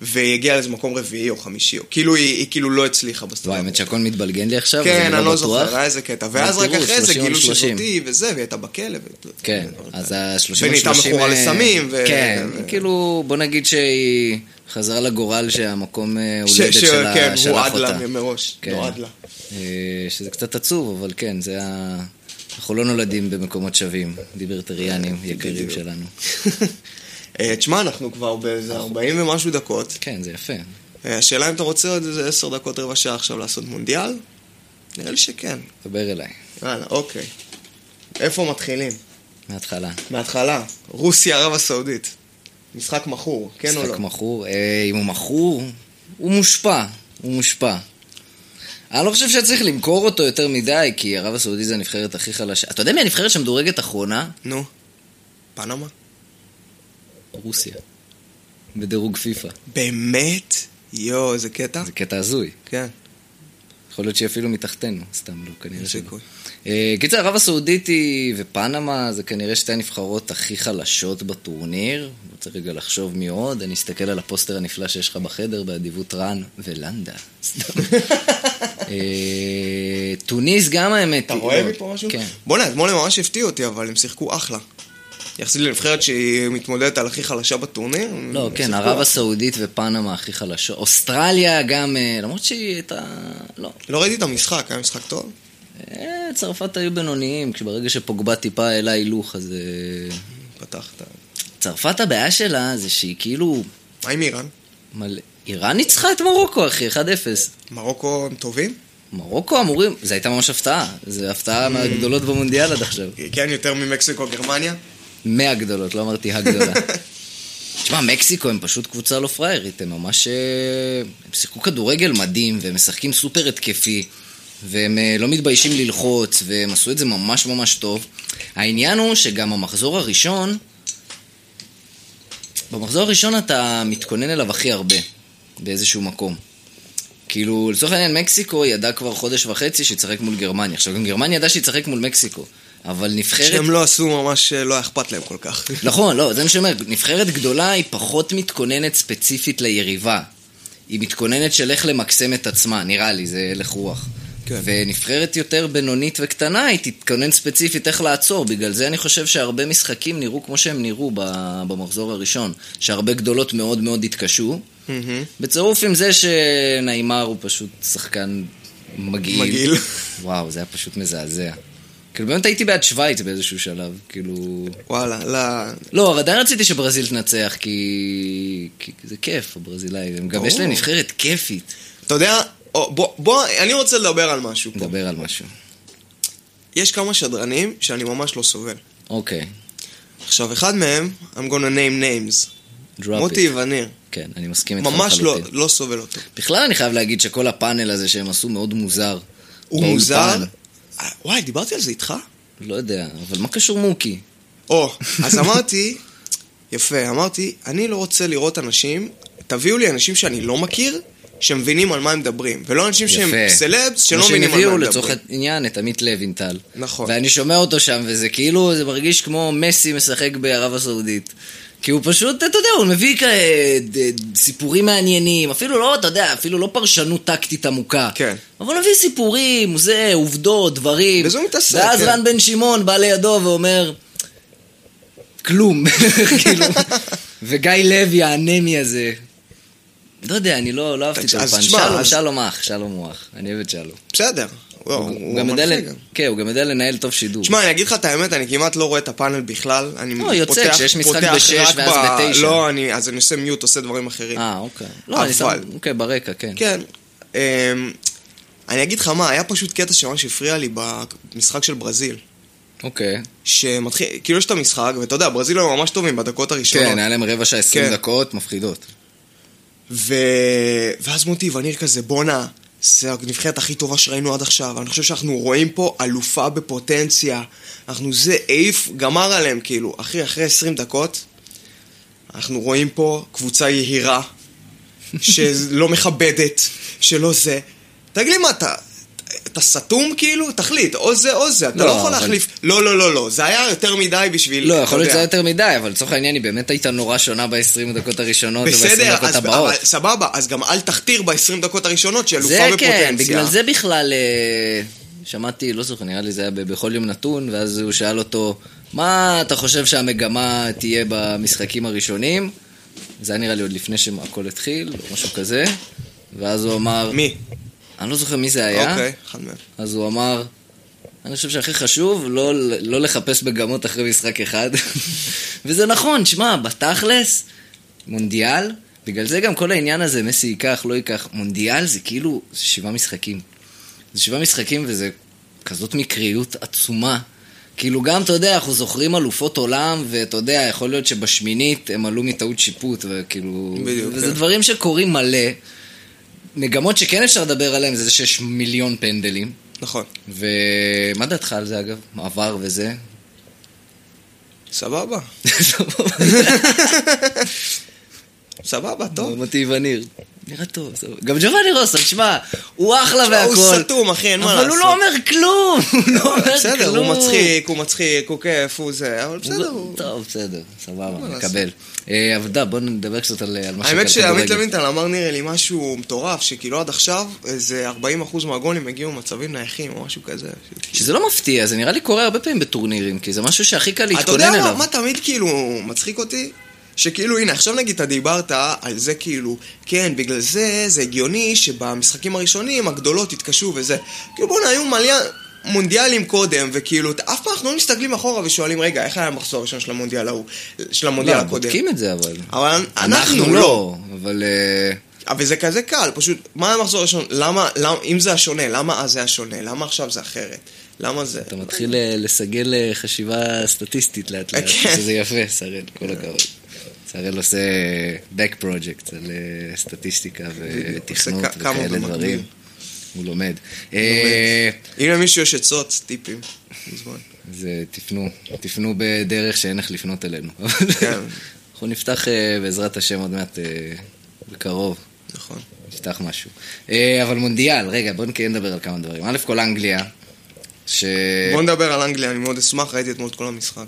והיא הגיעה לאיזה מקום רביעי או חמישי, או כאילו היא, היא כאילו לא הצליחה
וואי,
בסטרנט.
האמת שהכל מתבלגן לי עכשיו, אז
כן, אני לא
בטוח.
זוכר, היה איזה קטע. ואז רק
תראו,
אחרי זה
30,
גילו
30.
שזאתי וזה, והיא הייתה בכלא. ו-
כן, אז ה-30
אוקיי.
אה,
ונהייתה מכורה לסמים, ו-
כן,
ו-
כאילו, בוא נגיד שהיא חזרה לגורל שהמקום אה,
ש-
הולדת
ש-
שלה
כן,
שלח
הועד
אותה.
לה מראש.
כן.
נועד לה.
אה, שזה קצת עצוב, אבל כן, זה ה... אנחנו לא נולדים במקומות שווים, ליברטריאנים יקרים
בדיוק.
שלנו.
אה, תשמע, אנחנו כבר באיזה 40 ומשהו דקות.
כן, זה יפה.
אה, השאלה אם אתה רוצה עוד איזה 10 דקות, רבע שעה עכשיו לעשות מונדיאל? נראה לי שכן.
דבר אליי,
יאללה, אוקיי. איפה מתחילים?
מההתחלה.
מההתחלה. רוסיה, ערב הסעודית. משחק מכור, כן או לא?
משחק מכור. אה, אם הוא מכור, הוא מושפע. הוא מושפע. אני לא חושב שצריך למכור אותו יותר מדי, כי ערב הסעודית זה הנבחרת הכי חלשה. אתה יודע מי הנבחרת שמדורגת אחרונה?
נו. פנמה?
רוסיה. בדירוג פיפא.
באמת? יואו, איזה קטע?
זה קטע הזוי.
כן,
יכול להיות שהיא אפילו מתחתנו, סתם לא, כנראה
אין
שלא.
סיכוי.
אה, קיצר, ערב הסעודית היא ופנמה זה כנראה שתי הנבחרות הכי חלשות בטורניר. רוצה רגע לחשוב מי עוד, אני אסתכל על הפוסטר הנפלא שיש לך בחדר באדיבות רן ולנדה. סתם. אה, טוניס גם האמת.
אתה
היא-
רואה
לא,
מפה משהו? Mm,
כן.
בואנה, אתמול הם ממש הפתיעו אותי, אבל הם שיחקו אחלה. יחסית לנבחרת שהיא מתמודדת על הכי חלשה בטורניר. הם
לא, כן,
שיחקו
ערב
אחלה.
הסעודית ופנמה הכי חלשות. אוסטרליה גם, אה, למרות שהיא הייתה... לא.
לא ראיתי את המשחק, היה משחק טוב?
אה, צרפת היו בינוניים, כשברגע שפוגבה טיפה העלה הילוך, אז... אה,
פתחת.
צרפת הבעיה שלה זה שהיא כאילו...
מה עם איראן?
מלא... איראן ניצחה את מרוקו, אחי, 1-0.
מרוקו הם טובים?
מרוקו אמורים... זו הייתה ממש הפתעה. זו הפתעה מהגדולות במונדיאל עד עכשיו.
כן, יותר ממקסיקו, גרמניה?
מהגדולות, לא אמרתי הגדולה. תשמע, מקסיקו הם פשוט קבוצה לא פראיירית, הם ממש... אה, הם שיחקו כדורגל מדהים, והם משחקים סופר התקפי, והם אה, לא מתביישים ללחוץ, והם עשו את זה ממש ממש טוב. העניין הוא שגם המחזור הראשון, במחזור הראשון אתה מתכונן אליו הכי הרבה, באיזשהו מקום. כאילו, לצורך העניין, מקסיקו ידעה כבר חודש וחצי שהיא תשחק מול גרמניה. עכשיו, גם גרמניה ידעה שהיא תשחק מול מקסיקו, אבל נבחרת...
שהם לא עשו ממש, אה, לא היה אכפת להם כל כך.
נכון, לא, זה מה שאומר, נבחרת גדולה היא פחות מתכוננת ספציפית ליריבה. היא מתכוננת של איך למקסם את עצמה, נראה לי, זה הלך רוח.
כן.
ונבחרת יותר בינונית וקטנה, היא תתכונן ספציפית איך לעצור. בגלל זה אני חושב שהרבה משחקים נראו כמו שהם נראו ב- במחזור הראשון. שהרבה גדולות מאוד מאוד התקשו.
מהמם.
בצירוף עם זה שנעימר הוא פשוט שחקן מגעיל.
מגעיל.
וואו, זה היה פשוט מזעזע. כאילו, באמת הייתי בעד שווייץ באיזשהו שלב, כאילו...
וואלה, לא...
לא, אבל עדיין רציתי שברזיל תנצח, כי... כי זה כיף, הברזילאים. הם גם
ברור.
יש להם נבחרת כיפית.
אתה יודע, או, בוא, בוא, אני רוצה לדבר על משהו פה.
נדבר על משהו.
יש כמה שדרנים שאני ממש לא סובל.
אוקיי,
עכשיו, אחד מהם, I'm gonna name names.
דראפ
מוטי
איט.
וניר.
כן, אני מסכים איתך
ממש לא,
לחלוטין.
לא סובל אותו.
בכלל אני חייב להגיד שכל הפאנל הזה שהם עשו מאוד מוזר.
הוא
באולפן.
מוזר. אה, וואי, דיברתי על זה איתך?
לא יודע, אבל מה קשור מוקי?
או, אז אמרתי, יפה, אמרתי, אני לא רוצה לראות אנשים, תביאו לי אנשים שאני לא מכיר, שמבינים על מה הם מדברים, ולא אנשים שהם
יפה.
סלבס שלא
כמו שהם
מבינים על מה
הביאו
הם
לצורך
מדברים.
העניין את עמית לוינטל.
נכון.
ואני שומע אותו שם, וזה כאילו, זה מרגיש כמו מסי משחק בערב הסעודית. כי הוא פשוט, אתה יודע, הוא מביא כאלה ד- סיפורים מעניינים, אפילו לא, אתה יודע, אפילו לא פרשנות טקטית עמוקה.
כן.
אבל הוא מביא סיפורים, זה, עובדות, דברים.
בזה הוא מתעסק,
ואז
כן.
רן בן שמעון בא לידו ואומר, כלום. כאילו, וגיא לוי, האנמי הזה. לא יודע, אני לא לא אהבתי את
תקשיב, אז
האולפן.
תשמע,
שלום,
אז-
שלום אח, שלום הוא אח. אני אוהב את שלום.
בסדר. לא,
הוא-
הוא
הוא גם יודע ל-
מנחה גם.
כן, הוא גם יודע לנהל טוב שידור.
תשמע, אני אגיד לך את האמת, אני כמעט לא רואה את הפאנל בכלל. אני
לא, יוצא
פותח-
כשיש משחק
פותח
בשש
רק
ואז
ב-
בתשע.
לא, אני- אז אני עושה מיוט, עושה דברים אחרים.
אה, אוקיי. לא, אני שם,
אבל-
אוקיי, ברקע, כן.
כן. אמ, אני אגיד לך מה, היה פשוט קטע שממש הפריע לי במשחק של ברזיל.
אוקיי.
שמתחיל, כאילו יש את המשחק, ואתה יודע, ברזיל הם ממש טובים בדקות הראשונות.
כן, היה להם רבע שעה 20
כן.
דקות מפחידות.
ו... ואז מוטי וניר כזה, בואנה, זה הנבחרת הכי טובה שראינו עד עכשיו. אני חושב שאנחנו רואים פה אלופה בפוטנציה. אנחנו זה העיף, גמר עליהם, כאילו. אחי, אחרי 20 דקות, אנחנו רואים פה קבוצה יהירה, שלא מכבדת, שלא זה. תגיד לי מה, אתה... אתה סתום כאילו? תחליט, או זה או זה, אתה לא,
לא,
יכול
אבל-
להחליף. לא, לא, לא, לא, זה היה יותר מדי בשביל...
לא,
אתה
יכול להיות
יודע.
שזה היה יותר מדי, אבל לצורך העניין היא באמת הייתה נורא שונה ב-20 דקות הראשונות וב-20
בסדר,
דקות
אז,
הבאות.
אבל, סבבה, אז גם אל תכתיר ב-20 דקות הראשונות שהיא אלופה
זה
בפוטנציה.
כן, בגלל זה בכלל אה, שמעתי, לא זוכר, נראה לי זה היה ב- בכל יום נתון, ואז הוא שאל אותו, מה אתה חושב שהמגמה תהיה במשחקים הראשונים? זה היה נראה לי עוד לפני שהכל התחיל, או משהו כזה. ואז הוא אמר,
מי?
אני לא זוכר מי זה היה,
אוקיי, אחד מהם.
אז הוא אמר, אני חושב שהכי חשוב, לא, לא לחפש מגמות אחרי משחק אחד. וזה נכון, שמע, בתכלס, מונדיאל, בגלל זה גם כל העניין הזה, מסי ייקח, לא ייקח, מונדיאל זה כאילו, זה שבעה משחקים. זה שבעה משחקים וזה כזאת מקריות עצומה. כאילו גם, אתה יודע, אנחנו זוכרים אלופות עולם, ואתה יודע, יכול להיות שבשמינית הם עלו מטעות שיפוט, וכאילו...
בדיוק,
וזה
כן.
דברים שקורים מלא. מגמות שכן אפשר לדבר עליהן זה שיש מיליון פנדלים.
נכון.
ומה דעתך על זה אגב? מעבר וזה?
סבבה. סבבה, טוב.
מוטי וניר. נראה טוב, סבבה. גם ג'ובאני רוסו, תשמע, הוא אחלה
תשמע,
והכל.
הוא סתום, אחי, אין מה
אבל הוא
לעשות.
לא אומר כלום, הוא לא אומר כלום.
בסדר, הוא מצחיק, הוא מצחיק, הוא כיף, הוא זה, אבל בסדר, הוא...
טוב, בסדר,
מה
סבבה,
לעשות?
נקבל. אה, אבל דה, בוא נדבר קצת על על מה שקרה.
האמת שעמית
בכדורגל.
לוינטל אמר נראה לי משהו מטורף, שכאילו עד עכשיו איזה 40% מהגולים הגיעו ממצבים נייחים או משהו כזה.
שזה לא מפתיע, זה נראה לי קורה הרבה פעמים בטורנירים, כי זה משהו שהכי קל
אתה יודע
להתכונן
מה,
אליו.
מה תמיד כאילו מצחיק אותי? שכאילו, הנה, עכשיו נגיד אתה דיברת על זה כאילו, כן, בגלל זה, זה הגיוני שבמשחקים הראשונים הגדולות יתקשו וזה. כאילו, בואנה, היו מלא מונדיאלים קודם, וכאילו, אתה- אף פעם אנחנו לא מסתכלים אחורה ושואלים, רגע, איך היה המחזור הראשון של המונדיאל ההוא? של המונדיאל
לא,
הקודם.
בודקים את זה אבל.
אבל
אנחנו לא, אבל... אה,
אבל זה כזה קל, פשוט, מה המחזור הראשון? למה, למה, אם זה השונה, למה אז זה השונה? למה עכשיו זה אחרת? למה זה?
אתה מתחיל אה, לסגל אה, חשיבה סטטיסטית לאט לאט,
כן.
שזה יפה, שראל, כל הכבוד. שראל עושה אה, back project על אה, סטטיסטיקה ותכנות
עושה כ- כמה
וכאלה
במקביל.
דברים. הוא לומד. אה,
אם למישהו יש עצות, טיפים, מוזמן.
אז אה, תפנו, תפנו בדרך שאין איך לפנות אלינו.
כן.
אנחנו נפתח אה, בעזרת השם עוד מעט אה, בקרוב.
נכון.
נפתח משהו. אה, אבל מונדיאל, רגע, בואו כן נדבר על כמה דברים. א' כל אנגליה, ש...
בוא נדבר על אנגליה, אני מאוד אשמח, ראיתי אתמול את כל המשחק.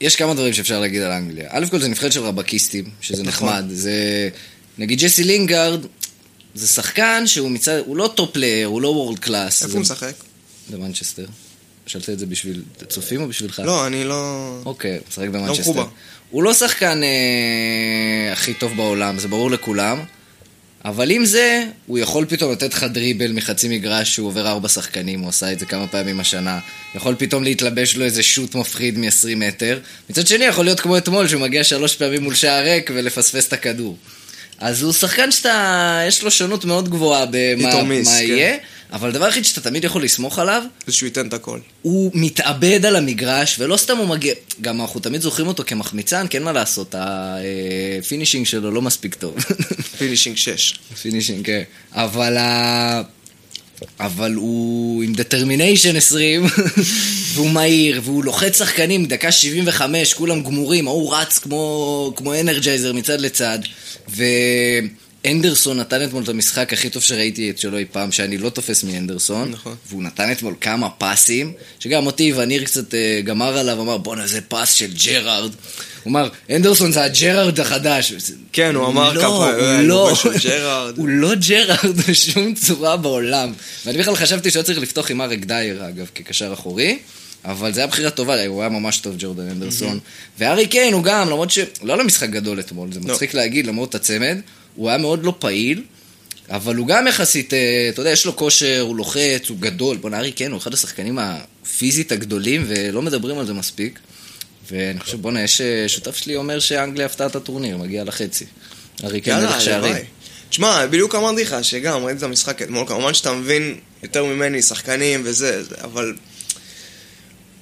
יש כמה דברים שאפשר להגיד על אנגליה. א' כל זה נבחרת של רבקיסטים, שזה
נכון.
נחמד. זה... נגיד ג'סי לינגארד, זה שחקן שהוא מצד... הוא לא טופ פלייר, הוא לא וורד קלאס.
איפה הוא משחק?
במנצ'סטר. שאלת את זה בשביל צופים או בשבילך?
לא, אני לא...
אוקיי, הוא משחק במנצ'סטר.
מחובר.
הוא לא שחקן אה, הכי טוב בעולם, זה ברור לכולם. אבל עם זה, הוא יכול פתאום לתת לך דריבל מחצי מגרש שהוא עובר ארבע שחקנים, הוא עשה את זה כמה פעמים השנה. יכול פתאום להתלבש לו איזה שוט מפחיד מ-20 מטר. מצד שני, יכול להיות כמו אתמול, שהוא מגיע שלוש פעמים מול שער ריק ולפספס את הכדור. אז הוא שחקן שאתה, יש לו שונות מאוד גבוהה
Hit
במה
or miss,
מה
כן.
יהיה, אבל הדבר היחיד שאתה תמיד יכול לסמוך עליו,
זה שהוא ייתן את הכל.
הוא מתאבד על המגרש, ולא סתם הוא מגיע... גם אנחנו תמיד זוכרים אותו כמחמיצן, כי אין מה לעשות, הפינישינג שלו לא מספיק טוב.
פינישינג 6.
פינישינג, כן. אבל ה... אבל הוא עם דטרמיניישן 20, והוא מהיר, והוא לוחץ שחקנים, דקה 75, כולם גמורים, ההוא רץ כמו, כמו אנרג'ייזר מצד לצד. ואנדרסון נתן אתמול את המשחק הכי טוב שראיתי את שלו אי פעם, שאני לא תופס מאנדרסון.
נכון.
והוא נתן אתמול כמה פסים, שגם אותי וניר קצת אה, גמר עליו, אמר בואנה זה פס של ג'רארד. הוא אמר, אנדרסון זה הג'רארד החדש.
כן, הוא אמר
לא,
ככה,
הוא
אה,
לא,
אני חושב ג'רארד.
הוא לא ג'רארד בשום צורה בעולם. ואני בכלל חשבתי שהיה צריך לפתוח עם אריק דייר, אגב, כקשר אחורי, אבל זה היה בחירה טובה, הוא היה ממש טוב, ג'ורדן אנדרסון. והארי קיין הוא גם, למרות ש... לא היה לו משחק גדול אתמול, זה
לא.
מצחיק להגיד, למרות הצמד, הוא היה מאוד לא פעיל. אבל הוא גם יחסית, אה, אתה יודע, יש לו כושר, הוא לוחץ, הוא גדול. בוא'נה, ארי קיין הוא אחד השחקנים הפיזית הגדולים, ולא מדברים על זה מספיק. ואני חושב, בוא'נה, יש אה, שותף שלי אומר שאנגליה הפתעה את הטורניר, מגיע לחצי. ארי קיין מלך שערים.
הלוואי. תשמע, בדיוק אמרתי לך שגם ראיתי את המשחק אתמול, כמובן שאתה מבין יותר ממני, שחקנים וזה, זה- אבל...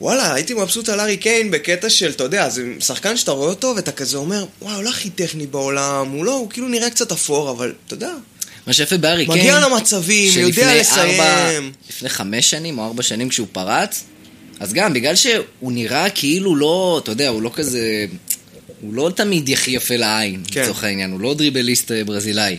וואלה, הייתי מבסוט על הארי קיין בקטע של, אתה יודע, זה שחקן שאתה רואה אותו ואתה כזה אומר, וואי, הוא לא הכי טכני בעולם, הוא לא, הוא כאילו נראה קצת אפור, אבל אתה יודע,
מה שיפה בארי קיין...
מגיע למצבים,
כן.
יודע
שלפני
לסיים.
ארבע- לפני חמש שנים או ארבע שנים כשהוא פרץ, אז גם, בגלל שהוא נראה כאילו לא, אתה יודע, הוא לא כזה... הוא לא תמיד הכי יפה לעין,
כן.
לצורך העניין, הוא לא דריבליסט אה, ברזילאי.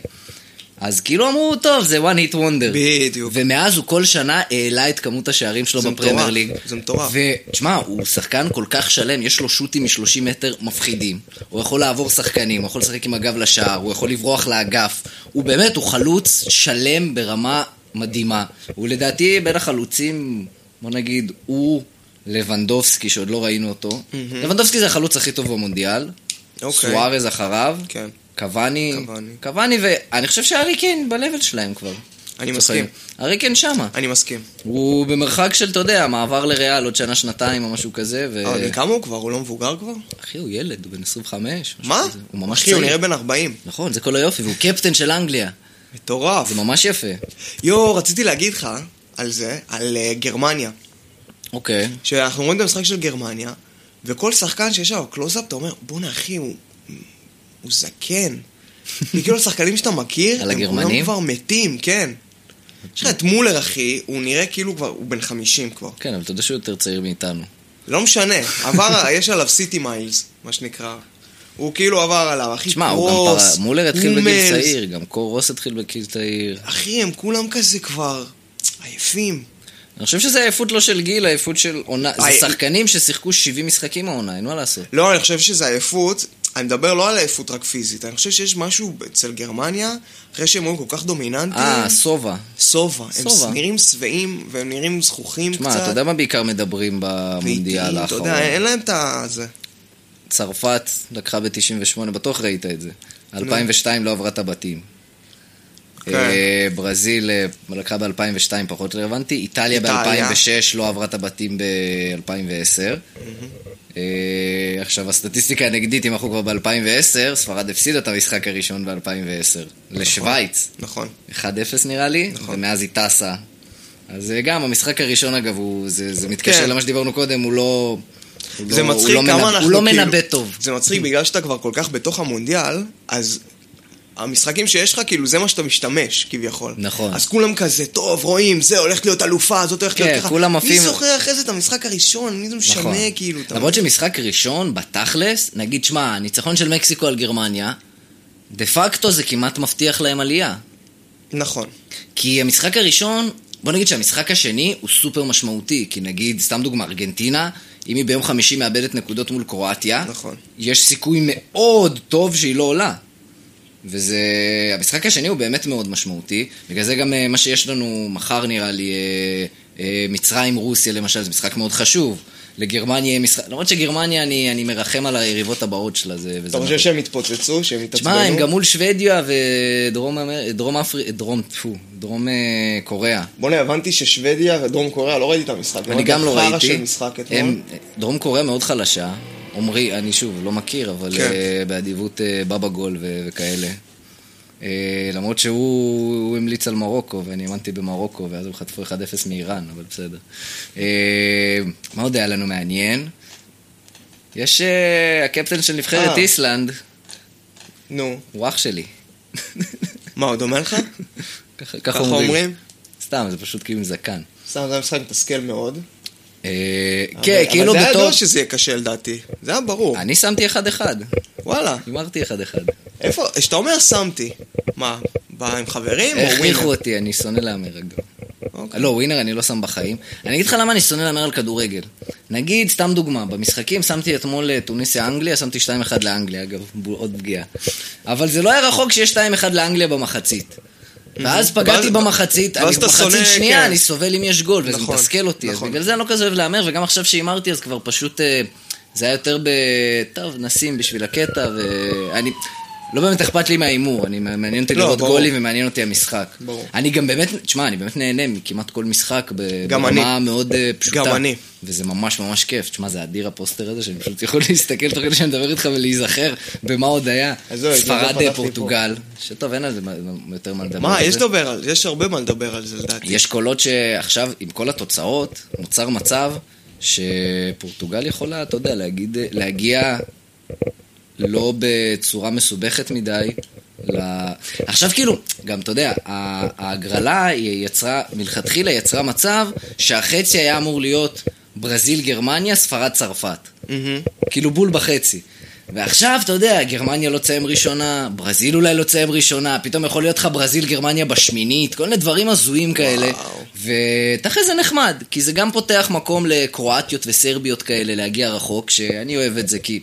אז כאילו אמרו, טוב, זה one hit wonder.
בדיוק.
ומאז הוא כל שנה העלה את כמות השערים שלו
זה
בפרמייר
מטורף,
ליג.
זה מטורף.
ותשמע, הוא שחקן כל כך שלם, יש לו שוטים מ-30 מטר מפחידים. הוא יכול לעבור שחקנים, הוא יכול לשחק עם הגב לשער, הוא יכול לברוח לאגף. הוא באמת, הוא חלוץ שלם ברמה מדהימה. הוא לדעתי בין החלוצים, בוא נגיד, הוא לבנדובסקי, שעוד לא ראינו אותו. לבנדובסקי זה החלוץ הכי טוב במונדיאל.
אוקיי.
סוארז אחריו.
כן.
קוואני.
קוואני.
קוואני, ואני חושב שהארי קיין ב-level שלהם כבר.
אני מסכים.
הארי קיין שמה.
אני מסכים.
הוא במרחק של, אתה יודע, מעבר לריאל עוד שנה, שנתיים או משהו כזה, ו...
אבל בן כמה הוא כבר? הוא לא מבוגר כבר?
אחי, הוא ילד, הוא בן 25. משהו
מה?
כזה. הוא ממש
אחי, הוא נראה
צעיר.
בן 40.
נכון, זה כל היופי, והוא קפטן של אנגליה.
מטורף.
זה ממש יפה.
יואו, רציתי להגיד לך על זה, על אה, גרמניה.
אוקיי.
שאנחנו רואים את המשחק של גרמניה, וכל שחקן שיש עליו קלוזאפ, אתה אומר, בואנה אחי, הוא, הוא זקן. וכאילו השחקנים שאתה מכיר,
על
הם כולם
הגרמנים?
כבר מתים, כן. יש לך את מולר אחי, הוא נראה כאילו כבר, הוא בן 50 כבר.
כן, אבל אתה יודע שהוא יותר צעיר מאיתנו.
לא משנה, עבר, יש עליו סיטי מיילס, מה שנקרא. הוא כאילו עבר עליו, אחי
תשמע, הוא גם
קרוס,
פר... מולר התחיל בגיל
הומלס.
צעיר, גם קורוס התחיל בגיל צעיר.
אחי, הם כולם כזה כבר עייפים.
אני חושב שזה עייפות לא של גיל, עייפות של עונה. זה
אי-
שחקנים ששיחקו 70 משחקים העונה, אין מה לעשות.
לא, אני חושב שזה עייפות. אני מדבר לא על עייפות רק פיזית, אני חושב שיש משהו אצל גרמניה, אחרי שהם היו כל כך דומיננטיים,
אה, סובה.
סובה.
סובה.
הם נראים שבעים, והם נראים זכוכים קצת.
תשמע, אתה יודע מה בעיקר מדברים
ואיטיים,
במונדיאל
אתה
האחרון?
יודע, אין להם את ה... זה.
צרפת לקחה ב-98, בטוח ראית את זה. 2002 לא עברה את הבתים.
כן.
אה, ברזיל אה, לקחה ב-2002, פחות רלוונטי. איטליה
איטליה.
ב-2006 לא עברה את הבתים ב-2010. עכשיו, הסטטיסטיקה הנגדית, אם אנחנו כבר ב-2010, ספרד הפסידה את המשחק הראשון ב-2010. לשוויץ,
נכון.
1-0 נראה לי,
נכון.
ומאז היא טסה. אז אה, גם, המשחק הראשון אגב, הוא- זה זה מתקשר
כן.
למה שדיברנו קודם, הוא לא... הוא
זה
לא- הוא
מצחיק
לא
כמה
מנבא-
אנחנו
הוא לא
כאילו-
מנבא טוב. כן.
זה מצחיק בגלל שאתה כבר כל כך בתוך המונדיאל, אז המשחקים שיש לך, כאילו זה מה שאתה משתמש, כביכול.
נכון.
אז כולם כזה, טוב, רואים, זה הולך להיות אלופה, זאת הולכת להיות
כן,
ככה.
כולם
מי
עפים-
זוכר אחרי זה את המשחק הראשון? מי זה משנה, כאילו? אתה-
נכון. למרות שמשחק ראשון, בתכלס, נגיד, שמע, הניצחון של מקסיקו על גרמניה, דה פקטו זה כמעט מבטיח להם עלייה.
נכון.
כי המשחק הראשון, בוא נגיד שהמשחק השני הוא סופר משמעותי, כי נגיד, סתם דוגמה, ארגנטינה, אם היא ביום חמישי מאבדת נקודות מול קרואטיה,
נכון.
יש סיכוי מאוד טוב שהיא לא עולה. וזה... המשחק השני הוא באמת מאוד משמעותי, בגלל זה גם אה, מה שיש לנו מחר נראה לי, אה, אה, מצרים-רוסיה למשל, זה משחק מאוד חשוב. לגרמניה, יהיה משחק... למרות שגרמניה, אני, אני מרחם על היריבות הבאות שלה, זה... וזה
אתה חושב שהם התפוצצו? שהם התעצבנו?
תשמע, נכון. הם גם מול שוודיה ודרום אמר... דרום אפרי... דרום, טפו, דרום אה, קוריאה.
בוא'נה, הבנתי ששוודיה ודרום קוריאה, לא ראיתי את המשחק.
אני גם לא
חרא של
ראיתי.
משחק אתמול.
הם- דרום קוריאה מאוד חלשה. עומרי, אני שוב, לא מכיר, אבל
כן.
אה, באדיבות אה, בבא גול ו- וכאלה. אה, למרות שהוא הוא המליץ על מרוקו, ואני האמנתי במרוקו, ואז הם חטפו 1-0 מאיראן, אבל בסדר. אה, מה עוד היה לנו מעניין? יש אה, הקפטן של נבחרת
אה.
איסלנד,
נו.
הוא אח שלי.
מה, הוא דומה לך?
ככה-
ככה
ככה אומרים.
אומרים?
סתם, זה פשוט כאילו עם זקן.
סתם, זה היה משחק מתסכל מאוד.
אה,
אבל-
כן, כאילו
אבל זה היה לא
בתור...
ידוע שזה יהיה קשה לדעתי. זה היה ברור.
אני שמתי אחד אחד.
וואלה.
הימרתי אחד אחד.
איפה, כשאתה אומר שמתי, מה, בא עם חברים או ווינר?
הכריחו אותי, אני שונא להמר אגב.
אוקיי.
לא, ווינר אני לא שם בחיים. אני אגיד לך למה אני שונא להמר על כדורגל. נגיד, סתם דוגמה, במשחקים שמתי אתמול אה, טוניסיה-אנגליה, שמתי 2-1 לאנגליה, אגב, ב- עוד פגיעה. אבל זה לא היה רחוק שיש 2-1 לאנגליה במחצית. ואז פגעתי
Mhm. ואז-
במחצית,
ואז
אני
אתה
במחצית
שונא,
שנייה,
כן.
אני סובל אם יש גול, וזה
נכון,
מתסכל אותי, אז
נכון.
בגלל זה אני לא כזה אוהב להמר, וגם עכשיו שהימרתי, אז כבר פשוט... אה, זה היה יותר ב... טוב, נשים בשביל הקטע, ואני... לא באמת אכפת לי מההימור, אני מעניין אותי
לא,
לראות
ברור.
גולים ומעניין אותי המשחק.
ברור.
אני גם באמת, תשמע, אני באמת נהנה מכמעט כל משחק ב-
גם
ברמה מאוד אה, פשוטה.
גם אני.
וזה ממש ממש כיף. תשמע, זה אדיר הפוסטר הזה, שאני פשוט יכול להסתכל תוך כדי שאני מדבר איתך ולהיזכר במה עוד היה.
אז זהו, זה
ספרד
פתחתי
אה, פורטוגל, שטוב, אין על זה מה- יותר מה לדבר.
מה,
על
יש
זה.
לדבר על, יש הרבה מה לדבר על זה לדעתי.
יש קולות שעכשיו, עם כל התוצאות, נוצר מצב שפורטוגל יכולה, אתה יודע, להגיד, להגיע לא בצורה מסובכת מדי. ל... עכשיו כאילו, גם אתה יודע, ה- ההגרלה היא יצרה, מלכתחילה יצרה מצב שהחצי היה אמור להיות ברזיל, גרמניה, ספרד, צרפת.
מהמם.
כאילו בול בחצי. ועכשיו, אתה יודע, גרמניה לא תסיים ראשונה, ברזיל אולי לא תסיים ראשונה, פתאום יכול להיות לך ברזיל, גרמניה בשמינית, כל מיני דברים הזויים כאלה. ותכל'ס זה נחמד, כי זה גם פותח מקום לקרואטיות וסרביות כאלה להגיע רחוק, שאני אוהב את זה, כי...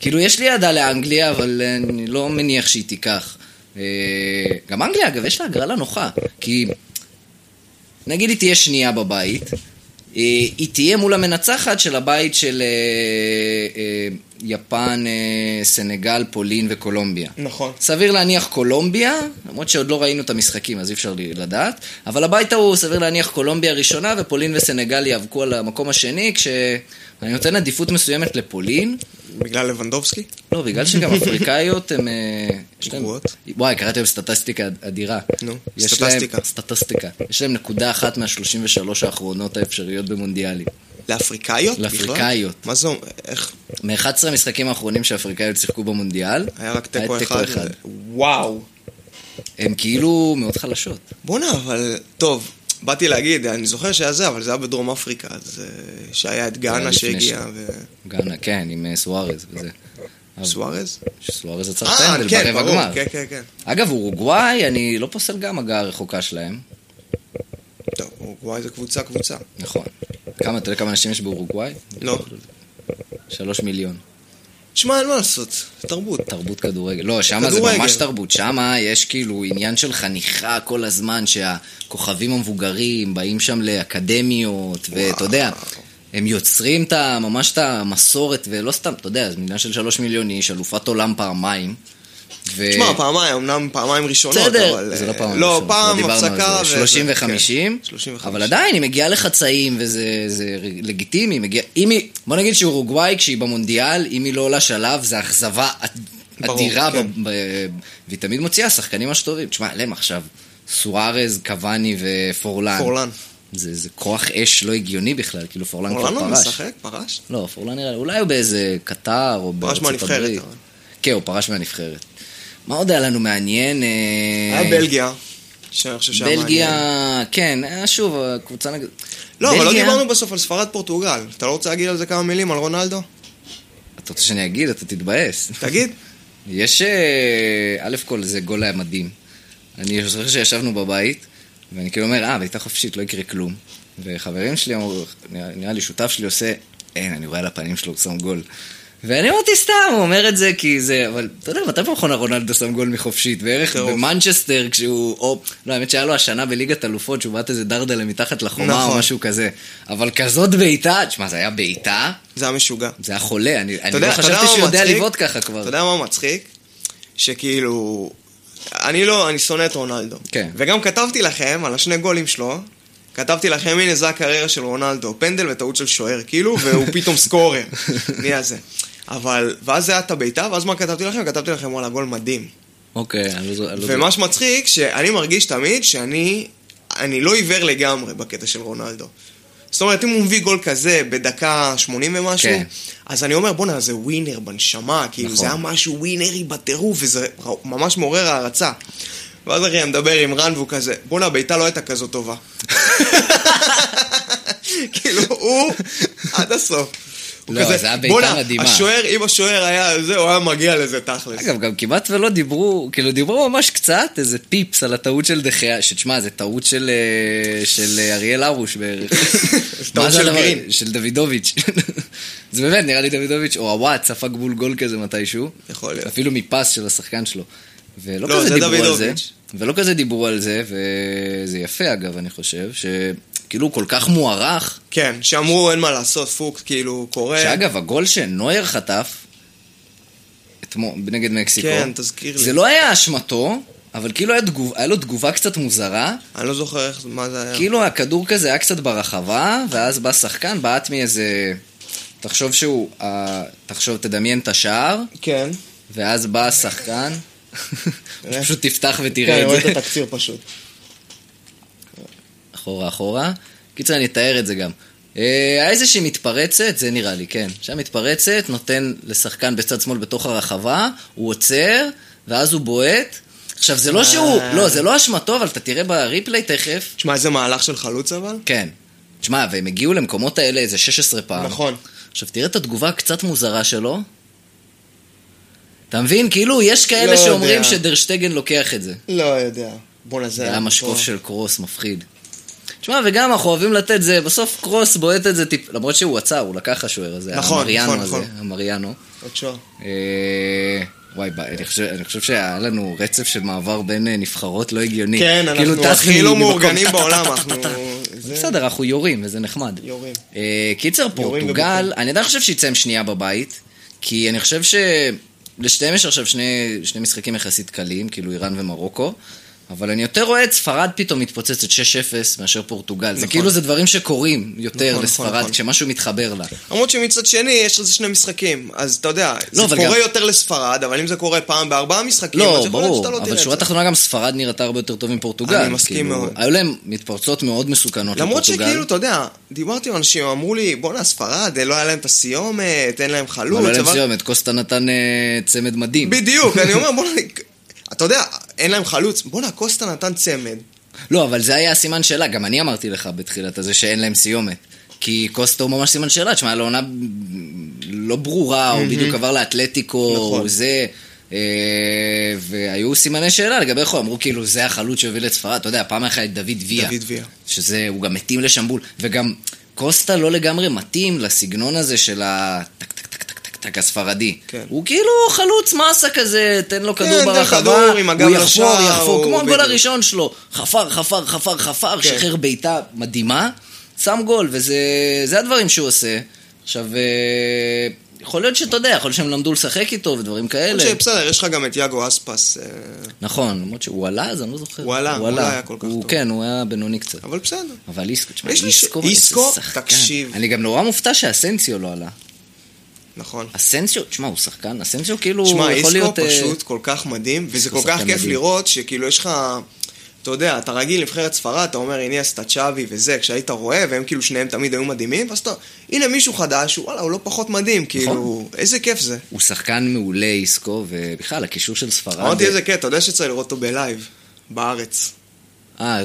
כאילו, יש לי ידה לאנגליה, אבל אני לא מניח שהיא תיקח. אה, גם אנגליה, אגב, יש לה הגרלה נוחה, כי... נגיד היא תהיה שנייה בבית, אה, היא תהיה מול המנצחת של הבית של אה, אה, יפן, אה, סנגל, פולין וקולומביה.
נכון.
סביר להניח קולומביה, למרות שעוד לא ראינו את המשחקים אז אי אפשר לי- לדעת, אבל הבית ההוא סביר להניח קולומביה ראשונה ופולין וסנגל יאבקו על המקום השני, כשאני נותן עדיפות מסוימת לפולין,
בגלל לבנדובסקי?
לא, בגלל שגם אפריקאיות הן... אה, יש להן-
גרועות?
וואי, קראתי היום סטטיסטיקה אדירה.
נו,
יש
סטטיסטיקה.
להם- סטטיסטיקה. יש להם נקודה אחת מה-33 האחרונות האפשריות במונדיאלים.
לאפריקאיות? בכלל?
לאפריקאיות.
מה זה אומר? איך?
מ-11 המשחקים האחרונים שהאפריקאיות שיחקו במונדיאל,
היה רק תיקו אחד? וואו.
הם כאילו מאוד חלשות.
בואנה, אבל... טוב, באתי להגיד, אני זוכר שהיה זה, אבל זה היה בדרום אפריקה, אז... אה, שהיה את
היה
גאנה
לפני
שהגיעה, ו...
גאנה, כן, עם אה, סוארז וזה.
סוארז?
שסוארז עצר
אה,
פנדל
כן,
ברבע
ברור,
גמר.
כן, כן, כן.
אגב, אורוגוואי, אני לא פוסל גם הגעה רחוקה שלהם.
טוב, אורוגוואי זה קבוצה, קבוצה.
נכון. כמה, אתה יודע כמה אנשים יש באורוגוואי?
לא.
שלוש מיליון.
שמע, אין מה לעשות, תרבות.
תרבות כדורגל. לא, שמה זה
כדורגל.
ממש תרבות. שמה יש כאילו עניין של חניכה כל הזמן, שהכוכבים המבוגרים באים שם לאקדמיות, ואתה יודע, הם יוצרים את ה- ממש את המסורת, ולא סתם, אתה יודע, זו מדינה של שלוש מיליון איש, אלופת עולם פעמיים. ו-
תשמע, פעמיים, אמנם פעמיים ראשונות, אבל...
זה לא
אה,
פעם
לא,
ראשונה,
פעם
כבר דיברנו על זה.
הפסקה. וזה-
30
כן.
ו-50,
30 ו-50.
אבל עדיין היא מגיעה לחצאים וזה זה לגיטימי, מגיע, אם היא, בוא נגיד שאורוגוואי כשהיא במונדיאל, אם היא לא עולה שלב, זה אכזבה אד-
ברור,
אדירה,
כן.
ב- ב- והיא תמיד מוציאה שחקנים ממש טובים. תשמע, להם עכשיו, סוארז, קוואני ופורלן.
פורלן.
זה זה כוח אש לא הגיוני בכלל, כאילו פורלן
פורלן
כבר
לא
פרש.
משחק? פרש?
לא, פורלן נראה לי, אולי הוא באיזה קטר או בארצות הברית.
מהנבחרת, אבל.
כן, הוא פרש מהנבחרת. מה עוד היה לנו מעניין? אה,
היה בלגיה, שאני חושב שהיה מעניין.
בלגיה, כן, אה, שוב, הקבוצה נגד...
לא, אבל לא
בלגיה-
דיברנו בסוף על ספרד פורטוגל. אתה לא רוצה להגיד על זה כמה מילים, על רונלדו?
אתה רוצה שאני אגיד? אתה תתבאס.
תגיד.
יש... אה, א' כל זה גול היה מדהים. אני זוכר שישבנו בבית, ואני כאילו אומר, אה, בעיטה חופשית, לא יקרה כלום. וחברים שלי אמרו, נראה נראה לי שותף שלי עושה, אין, אני רואה על הפנים שלו, הוא שם גול. ואני אמרתי סתם, הוא אומר את זה כי זה, אבל אתה יודע, מתי פעם אחרונה רונלדו שם גול מחופשית? בערך
טירוף.
במנצ'סטר, כשהוא, או, לא, האמת שהיה לו השנה בליגת אלופות, שהוא בעט איזה דרדלה מתחת לחומה או
נכון.
משהו כזה. אבל כזאת בעיטה, תשמע, זה היה בעיטה,
זה היה משוגע.
זה היה חולה, אני, אני
יודע-
לא
אתה יודע
חשבתי
מה
שהוא יודע
מצחיק?
לבעוט ככה כבר.
אתה יודע מה מצחיק? שכאילו... אני לא, אני שונא את רונלדו.
כן.
וגם כתבתי לכם על השני גולים שלו, כתבתי לכם, הנה זה הקריירה של רונלדו, פנדל וטעות של שוער, כאילו, והוא פתאום סקורר. נהיה זה. אבל, ואז זה היה את הבעיטה, ואז מה כתבתי לכם? כתבתי לכם, וואלה, גול מדהים.
אוקיי, אני לא זו- אני לא זוכר.
ומה שמצחיק, שאני מרגיש תמיד שאני אני לא עיוור לגמרי בקטע של רונלדו. זאת אומרת, אם הוא מביא גול כזה בדקה 80 ומשהו,
כן.
אז אני אומר, בואנה, זה ווינר בנשמה, כאילו,
נכון.
זה היה משהו ווינרי בטירוף, וזה ר- ממש מעורר הערצה. ואז אחי, אני מדבר עם רן והוא כזה, בואנה, הביתה לא הייתה כזאת טובה. כאילו, הוא עד הסוף. הוא
לא,
כזה,
זה היה בעיטה
"בואנה,
מדהימה."
השוער, אם השוער היה זה, הוא היה מגיע לזה תכלס.
אגב, גם כמעט ולא דיברו, כאילו דיברו ממש קצת, איזה פיפס על הטעות של דחיה, שתשמע, זה טעות של, אה, של אה, אריאל הרוש בערך.
טעות
מה זה
של
הדבר-
גרין.
של דוידוביץ'. זה באמת, נראה לי דוידוביץ', או הוואט, ספג בול גול כזה מתישהו.
יכול להיות.
אפילו מפס של השחקן שלו. ולא
כן. לא,
כזה
זה
דיברו על זה.
דוידוביץ'.
ולא כזה דיברו על זה, וזה יפה אגב, אני חושב, שכאילו הוא כל כך מוערך,
כן, שאמרו אין מה לעשות, פוק, כאילו, קורה.
שאגב, הגול שנויר חטף, אתמול, נגד מקסיקו,
כן, תזכיר לי.
זה לא היה אשמתו, אבל כאילו היה, תגוב, היה לו תגובה קצת מוזרה,
אני לא זוכר איך, מה זה היה.
כאילו הכדור כזה היה קצת ברחבה, ואז בא שחקן, בעט מאיזה... תחשוב שהוא... אה, תחשוב, תדמיין את השער,
כן.
ואז בא השחקן, פשוט תפתח
כן,
ותראה
אני רואה
את זה.
את התקציר פשוט.
אחורה, אחורה. קיצר, אני אתאר את זה גם. אה, היה איזושהי מתפרצת, זה נראה לי, כן. שם מתפרצת, נותן לשחקן בצד שמאל בתוך הרחבה, הוא עוצר, ואז הוא בועט. עכשיו, זה לא שהוא,
אה.
לא, זה לא אשמתו, אבל אתה תראה בריפליי תכף.
תשמע, איזה מהלך של חלוץ אבל?
כן. תשמע, והם הגיעו למקומות האלה איזה 16 פעם.
נכון.
עכשיו, תראה את התגובה הקצת מוזרה שלו. אתה מבין? כאילו, יש כאלה
לא
שאומרים
יודע.
שדרשטגן לוקח את זה.
לא יודע. בואנה, זה
זה היה משקוף
טוב.
של קרוס מפחיד. תשמע, וגם אנחנו אוהבים לתת זה, בסוף קרוס בועט את זה טיפ... למרות שהוא עצר, הוא לקח השוער הזה,
נכון,
המריאנו
נכון,
הזה,
נכון.
המריאנו.
עוד שוער.
אה, וואי, ב- אני חושב, אני חושב שהיה לנו רצף של מעבר בין אה, נבחרות לא הגיוני.
כן,
כאילו,
אנחנו
טס
הכי לא
ממקום-
מאורגנים
טה, טה, טה,
בעולם,
טה,
אנחנו...
טה, טה.
זה-
בסדר, אנחנו יורים, וזה נחמד.
יורים.
אה, קיצר,
יורים
פורטוגל, אני עדיין חושב שיצא עם שנייה בבית, כי אני חושב שלשתיהם יש עכשיו שני, שני משחקים יחסית קלים, כאילו איראן ומרוקו, אבל אני יותר רואה את ספרד פתאום מתפוצצת 6-0 מאשר פורטוגל. זה
נכון.
כאילו זה דברים שקורים יותר
נכון,
לספרד,
נכון. כן,
כשמשהו מתחבר לה.
למרות שמצד שני, יש לזה שני משחקים. אז אתה יודע, זה
לא, אבל
קורה
גם-
יותר לספרד, אבל אם זה קורה פעם בארבעה משחקים, אז
לא,
יכול להיות
ברור,
שאתה לא
אבל
תראה
שורה
את זה.
תחתונה גם ספרד נראתה הרבה יותר טוב מפורטוגל.
אני מסכים
כאילו,
מאוד.
היו להם מתפרצות מאוד מסוכנות
למרות
לפורטוגל.
שכאילו, אתה יודע, דיברתי עם אנשים, אמרו לי, בואנה, ספרד, לא היה להם את הסיומת, אין להם חלוץ.
אבל לא להם
אבל-
סיומת, קוסטה נתן אה, צמד מדהים.
בדיוק, אני אומר, בואנה, אתה יודע, אין להם חלוץ, בואנה, קוסטה נתן צמד.
לא, אבל זה היה הסימן שאלה, גם אני אמרתי לך בתחילת הזה שאין להם סיומת. כי קוסטו הוא ממש סימן שאלה, תשמע, לו עונה לא ברורה, הוא בדיוק עבר לאתלטיקו,
נכון.
הוא זה... אה, והיו סימני שאלה לגבי איך הוא אמרו, כאילו, זה החלוץ שהוביל את ספרד, אתה יודע, פעם אחת את דוד ויה.
דוד ויה.
שזה, הוא גם מתאים לשמבול, וגם קוסטה לא לגמרי מתאים לסגנון הזה של ה... טק טק טק טק טק טק הספרדי.
כן.
הוא כאילו חלוץ מאסה כזה, תן לו כדור
תן
ברחבה,
כדור עם הגב
הוא יחפור,
לשער,
יחפור,
הוא
כמו הגול
בדיוק.
הראשון שלו, חפר, חפר, חפר, חפר,
כן.
שחרר בעיטה מדהימה, שם גול, וזה זה הדברים שהוא עושה. עכשיו, אה, יכול להיות שאתה יודע, יכול להיות שהם למדו לשחק איתו ודברים כאלה.
בסדר, יש לך גם את יאגו אספס, אה,
נכון, למרות שהוא עלה, אז אני לא זוכר.
הוא עלה, הוא לא היה כל כך
הוא-
טוב.
כן, הוא היה בינוני קצת.
אבל בסדר.
אבל איסקו, תשמע,
יש לי ש-
איסקו, איזה
איסקו,
שחקן.
תקשיב.
אני גם נורא מופתע שאסנסיו לא עלה.
נכון.
אסנסיו, תשמע, הוא שחקן, אסנסיו כאילו
תשמע,
יכול
איסקו
להיות... אה,
פשוט כל כך מדהים, וזה
איסקו
כל כך
שחקן
כיף
מדהים.
לראות שכאילו יש לך... אתה יודע, אתה רגיל לנבחרת ספרד, אתה אומר איניאסטה צ'אבי וזה, כשהיית רואה, והם כאילו שניהם תמיד היו מדהימים, ואז אתה, הנה מישהו חדש, הוא- וואלה, הוא לא פחות מדהים,
נכון.
כאילו, איזה כיף זה.
הוא שחקן מעולה, איסקו, ובכלל, הקישור של ספרד...
אמרתי איזה כיף, אתה יודע שצריך לראות אותו בלייב, בארץ.
אה,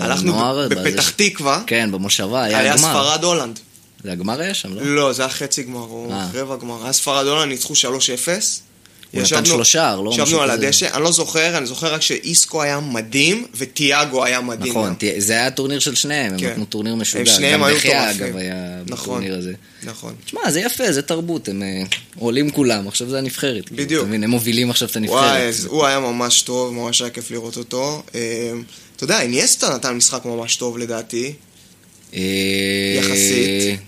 הלכנו
בנוער...
ב- בפתח
בזה-
תקווה,
כן, במושבה, היה
היה
הגמר.
ספרד הולנד.
זה הגמר היה שם, לא?
לא, זה היה חצי גמר, או
אה.
רבע גמר. היה ספרד הולנד, ניצחו 3-0.
הוא נתן
ישבנו-
שלושה, לא? משהו
ישבנו על
כזה.
הדשא, אני לא זוכר, אני זוכר רק שאיסקו היה מדהים, וטיאגו היה מדהים.
נכון,
גם.
תה- זה היה טורניר של שניהם, הם
כן.
נתנו טורניר
הם
משוגע.
שניהם
גם
היו
דחיה,
מטורפים.
אגב, היה
נכון.
בטורניר הזה.
נכון.
תשמע, זה יפה, זה תרבות, הם אה, עולים כולם, עכשיו זה הנבחרת. כאילו,
בדיוק.
אתה מבין, הם מובילים עכשיו את
וואי,
הנבחרת.
אז הוא היה ממש טוב, ממש היה כיף לראות אותו. אמ, אתה יודע, איניאסטה נתן משחק ממש טוב לדעתי.
אה,
יחסית.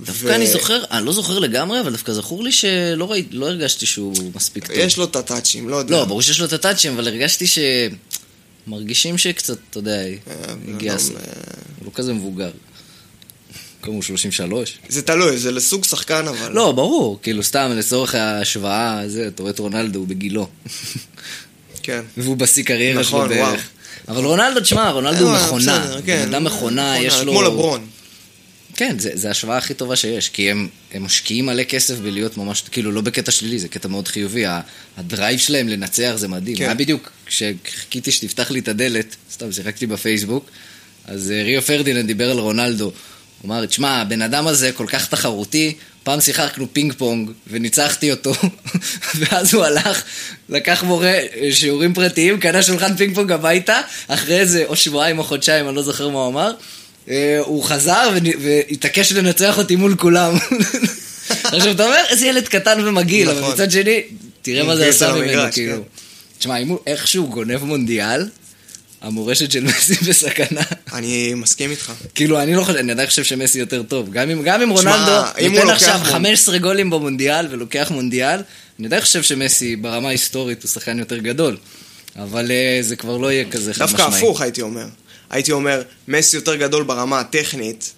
דווקא
ו-
אני זוכר, אני לא זוכר לגמרי, אבל דווקא זכור לי שלא ראיתי, לא הרגשתי שהוא מספיק טוב.
יש לו את הטאצ'ים, לא יודע.
לא, ברור שיש לו את הטאצ'ים, אבל הרגשתי ש... מרגישים שקצת, אתה יודע,
אה,
הגיע
אה,
הסוף. הוא לא כזה מבוגר. כמה הוא 33?
זה תלוי, זה לסוג שחקן אבל.
לא, ברור, כאילו סתם לצורך ההשוואה, זה, אתה רואה את רונלדו, הוא בגילו.
כן.
והוא בשיא קריירה שלו
נכון, וואו.
בערך. אבל רונלדו, תשמע, רונלדו הוא
אה,
מכונה.
בסדר, כן.
בן אדם מכונה, יש לו...
כמו לברון.
כן, זה, זה ההשוואה הכי טובה שיש, כי הם, הם משקיעים מלא כסף בלהיות ממש, כאילו, לא בקטע שלילי, זה קטע מאוד חיובי. ה- הדרייב שלהם לנצח זה מדהים.
כן.
כן. היה בדיוק, כשחיכיתי שתפתח לי את הדלת, סתם שיחקתי בפייסבוק, אז אה, ריו פרדיננד דיבר על רונלדו. הוא אמר, תשמע, הבן אדם הזה כל כך תחרותי, פעם שיחקנו פינג פונג וניצחתי אותו, ואז הוא הלך, לקח מורה אה, שיעורים פרטיים, קנה שולחן פינג פונג הביתה, אחרי איזה או שבועיים או חודשיים, אני לא זוכר מה הוא אמר, אה, הוא חזר ונ- והתעקש לנצח אותי מול כולם. עכשיו, אתה אומר, איזה ילד קטן ומגעיל, אבל
נכון.
מצד שני, תראה מה זה
מביא את זה
עשה ממנו,
למגרש,
כאילו.
כן.
תשמע, אם הוא איכשהו גונב מונדיאל, המורשת של מסי בסכנה.
אני מסכים איתך.
כאילו, אני לא חושב, אני עדיין חושב שמסי יותר טוב. גם אם, גם אם
תשמע,
רונלדו
אם הוא
נותן
לוקח
עכשיו
מונ-
15 גולים במונדיאל ולוקח מונדיאל, אני עדיין חושב שמסי ברמה ההיסטורית הוא שחקן יותר גדול. אבל אה, זה כבר לא יהיה כזה חד משמעי.
דווקא הפוך הייתי אומר. הייתי אומר, מסי יותר גדול ברמה הטכנית,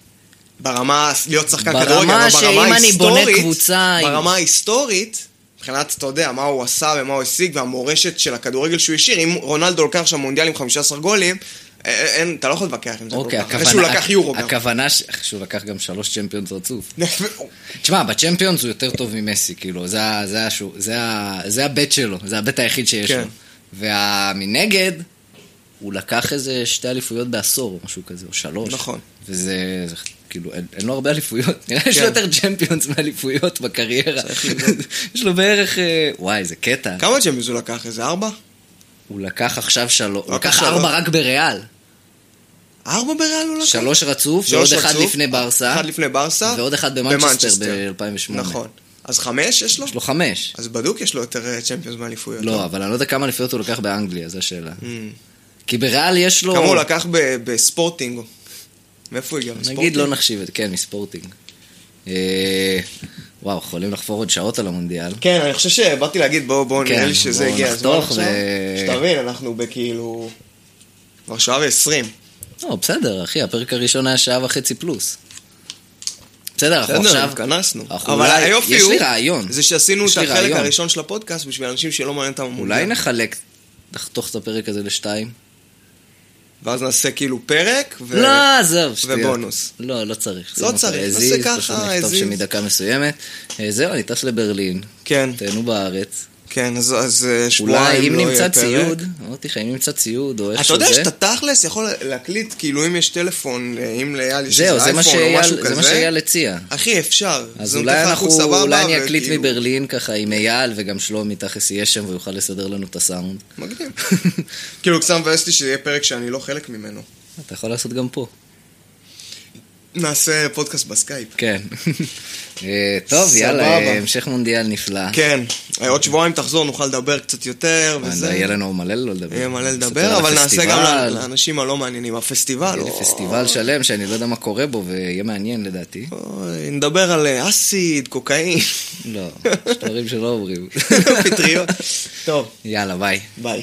ברמה להיות שחקן
ברמה
כדורגל, אבל ברמה
שאם
ההיסטורית,
אני בונה קבוצה עם-
ברמה ההיסטורית, מבחינת, אתה יודע, מה הוא עשה ומה הוא השיג והמורשת של הכדורגל שהוא השאיר, אם רונלדו לוקח שם מונדיאל עם 15 גולים, א- א- אין, אתה לא יכול להתווכח עם זה.
אוקיי,
כל כך. אחרי שהוא
הכוונה-
לקח יורו גם.
הכוונה ש- שהוא לקח גם שלוש צ'מפיונס רצוף. תשמע, בצ'מפיונס הוא יותר טוב ממסי, כאילו, זה, ה- זה, השו, זה, ה- זה הבט שלו, זה הבט היחיד שיש
כן.
לו. ומנגד, הוא לקח איזה שתי אליפויות בעשור, או משהו כזה, או שלוש.
נכון.
וזה, זה, כאילו, אין, אין לו הרבה אליפויות. נראה לי יש לו
כן.
יותר צ'מפיונס מאליפויות בקריירה. יש לו בערך, אה, וואי, זה קטע.
כמה ג'מביז הוא לקח? איזה ארבע?
הוא לקח עכשיו שלוש, הוא
לקח
לקח
שלוש.
ארבע רק בריאל.
ארבע בריאל הוא לקח?
שלוש רצוף,
שלוש
ועוד אחד
רצוף,
לפני ברסה.
אחד לפני ברסה.
ועוד אחד במנצ'סטר ב-2008.
נכון. אז חמש יש לו?
יש לו חמש.
אז בדוק יש לו יותר אה, צ'מפיונס מאליפויות.
לא, אבל אני לא יודע כמה אליפויות הוא לקח באנגליה, זו השאלה. כי בריאל יש לו...
כמה הוא לקח ב- בספורטינג? מאיפה הוא הגיע?
נגיד
מספורטינג?
לא נחשיב את זה, כן, מספורטינג. אה, וואו, יכולים לחפור עוד שעות על המונדיאל.
כן, אני חושב שבאתי להגיד בואו בואו
כן,
נראה לי שזה
בואו
הגיע הזמן
נחתוך
עכשיו.
ו-
שתבין, אנחנו בכאילו... כבר שעה ועשרים.
לא, בסדר, אחי, הפרק הראשון היה שעה וחצי פלוס. בסדר, אנחנו
בסדר,
עכשיו...
התכנסנו.
אנחנו
אבל
אולי-
היופי
יש
הוא...
לי רעיון.
זה שעשינו
יש
את
לי
החלק
רעיון.
הראשון של הפודקאסט בשביל אנשים שלא מעניין אותם
אולי
המונדיאל.
נחלק, נחתוך את הפרק הזה לשתיים?
ואז נעשה כאילו פרק. ו-
לא, עזוב, שטויות.
ובונוס.
לא, לא צריך.
לא צריך, נעשה
הזיז,
ככה,
פשוט נכתוב
הזיז.
שמדקה מסוימת. אה, זהו, אני טס לברלין.
כן.
תהנו בארץ.
כן, אז, אז אה,
אולי
שבועיים
אם
לא
נמצא
יהיה פרק.
ציוד, אמרתי לך, אם נמצא ציוד או
אתה
איכשהו זה...
יודע שאתה תכלס יכול להקליט, כאילו אם יש טלפון, אה, אם לאייל יש
זהו,
איזה
זה מה
אייפון או
שאייל-
משהו
זה מה
כזה.
שאייל הציע.
אחי, אפשר.
אז
זה נותן
אולי
לך
אנחנו,
חוץ סבבה,
אולי אני אקליט
וכאילו-
מברלין ככה עם אייל וגם שלומי תכלס יהיה שם והוא יוכל לסדר לנו את הסאונד.
מגניב. כאילו, קצת מבאס לי שיהיה פרק שאני לא חלק ממנו.
אתה יכול לעשות גם פה.
נעשה פודקאסט בסקייפ.
כן. אה, טוב, יאללה,
סבבה.
אה, המשך מונדיאל נפלא.
כן, אה, עוד שבועיים תחזור, נוכל לדבר קצת יותר,
מה,
וזה.
יהיה לנו מלא לא לדבר.
יהיה מלא
נספר
לדבר,
על
אבל נעשה גם
הפסטיבל.
ל- לא. לאנשים הלא מעניינים. הפסטיבל,
יהיה לי
או-
פסטיבל שלם שאני לא יודע מה קורה בו ויהיה מעניין לדעתי.
אוי, נדבר על אה, אסיד, קוקאין,
לא, יש דברים שלא אומרים.
פטריות. טוב,
יאללה, ביי.
ביי.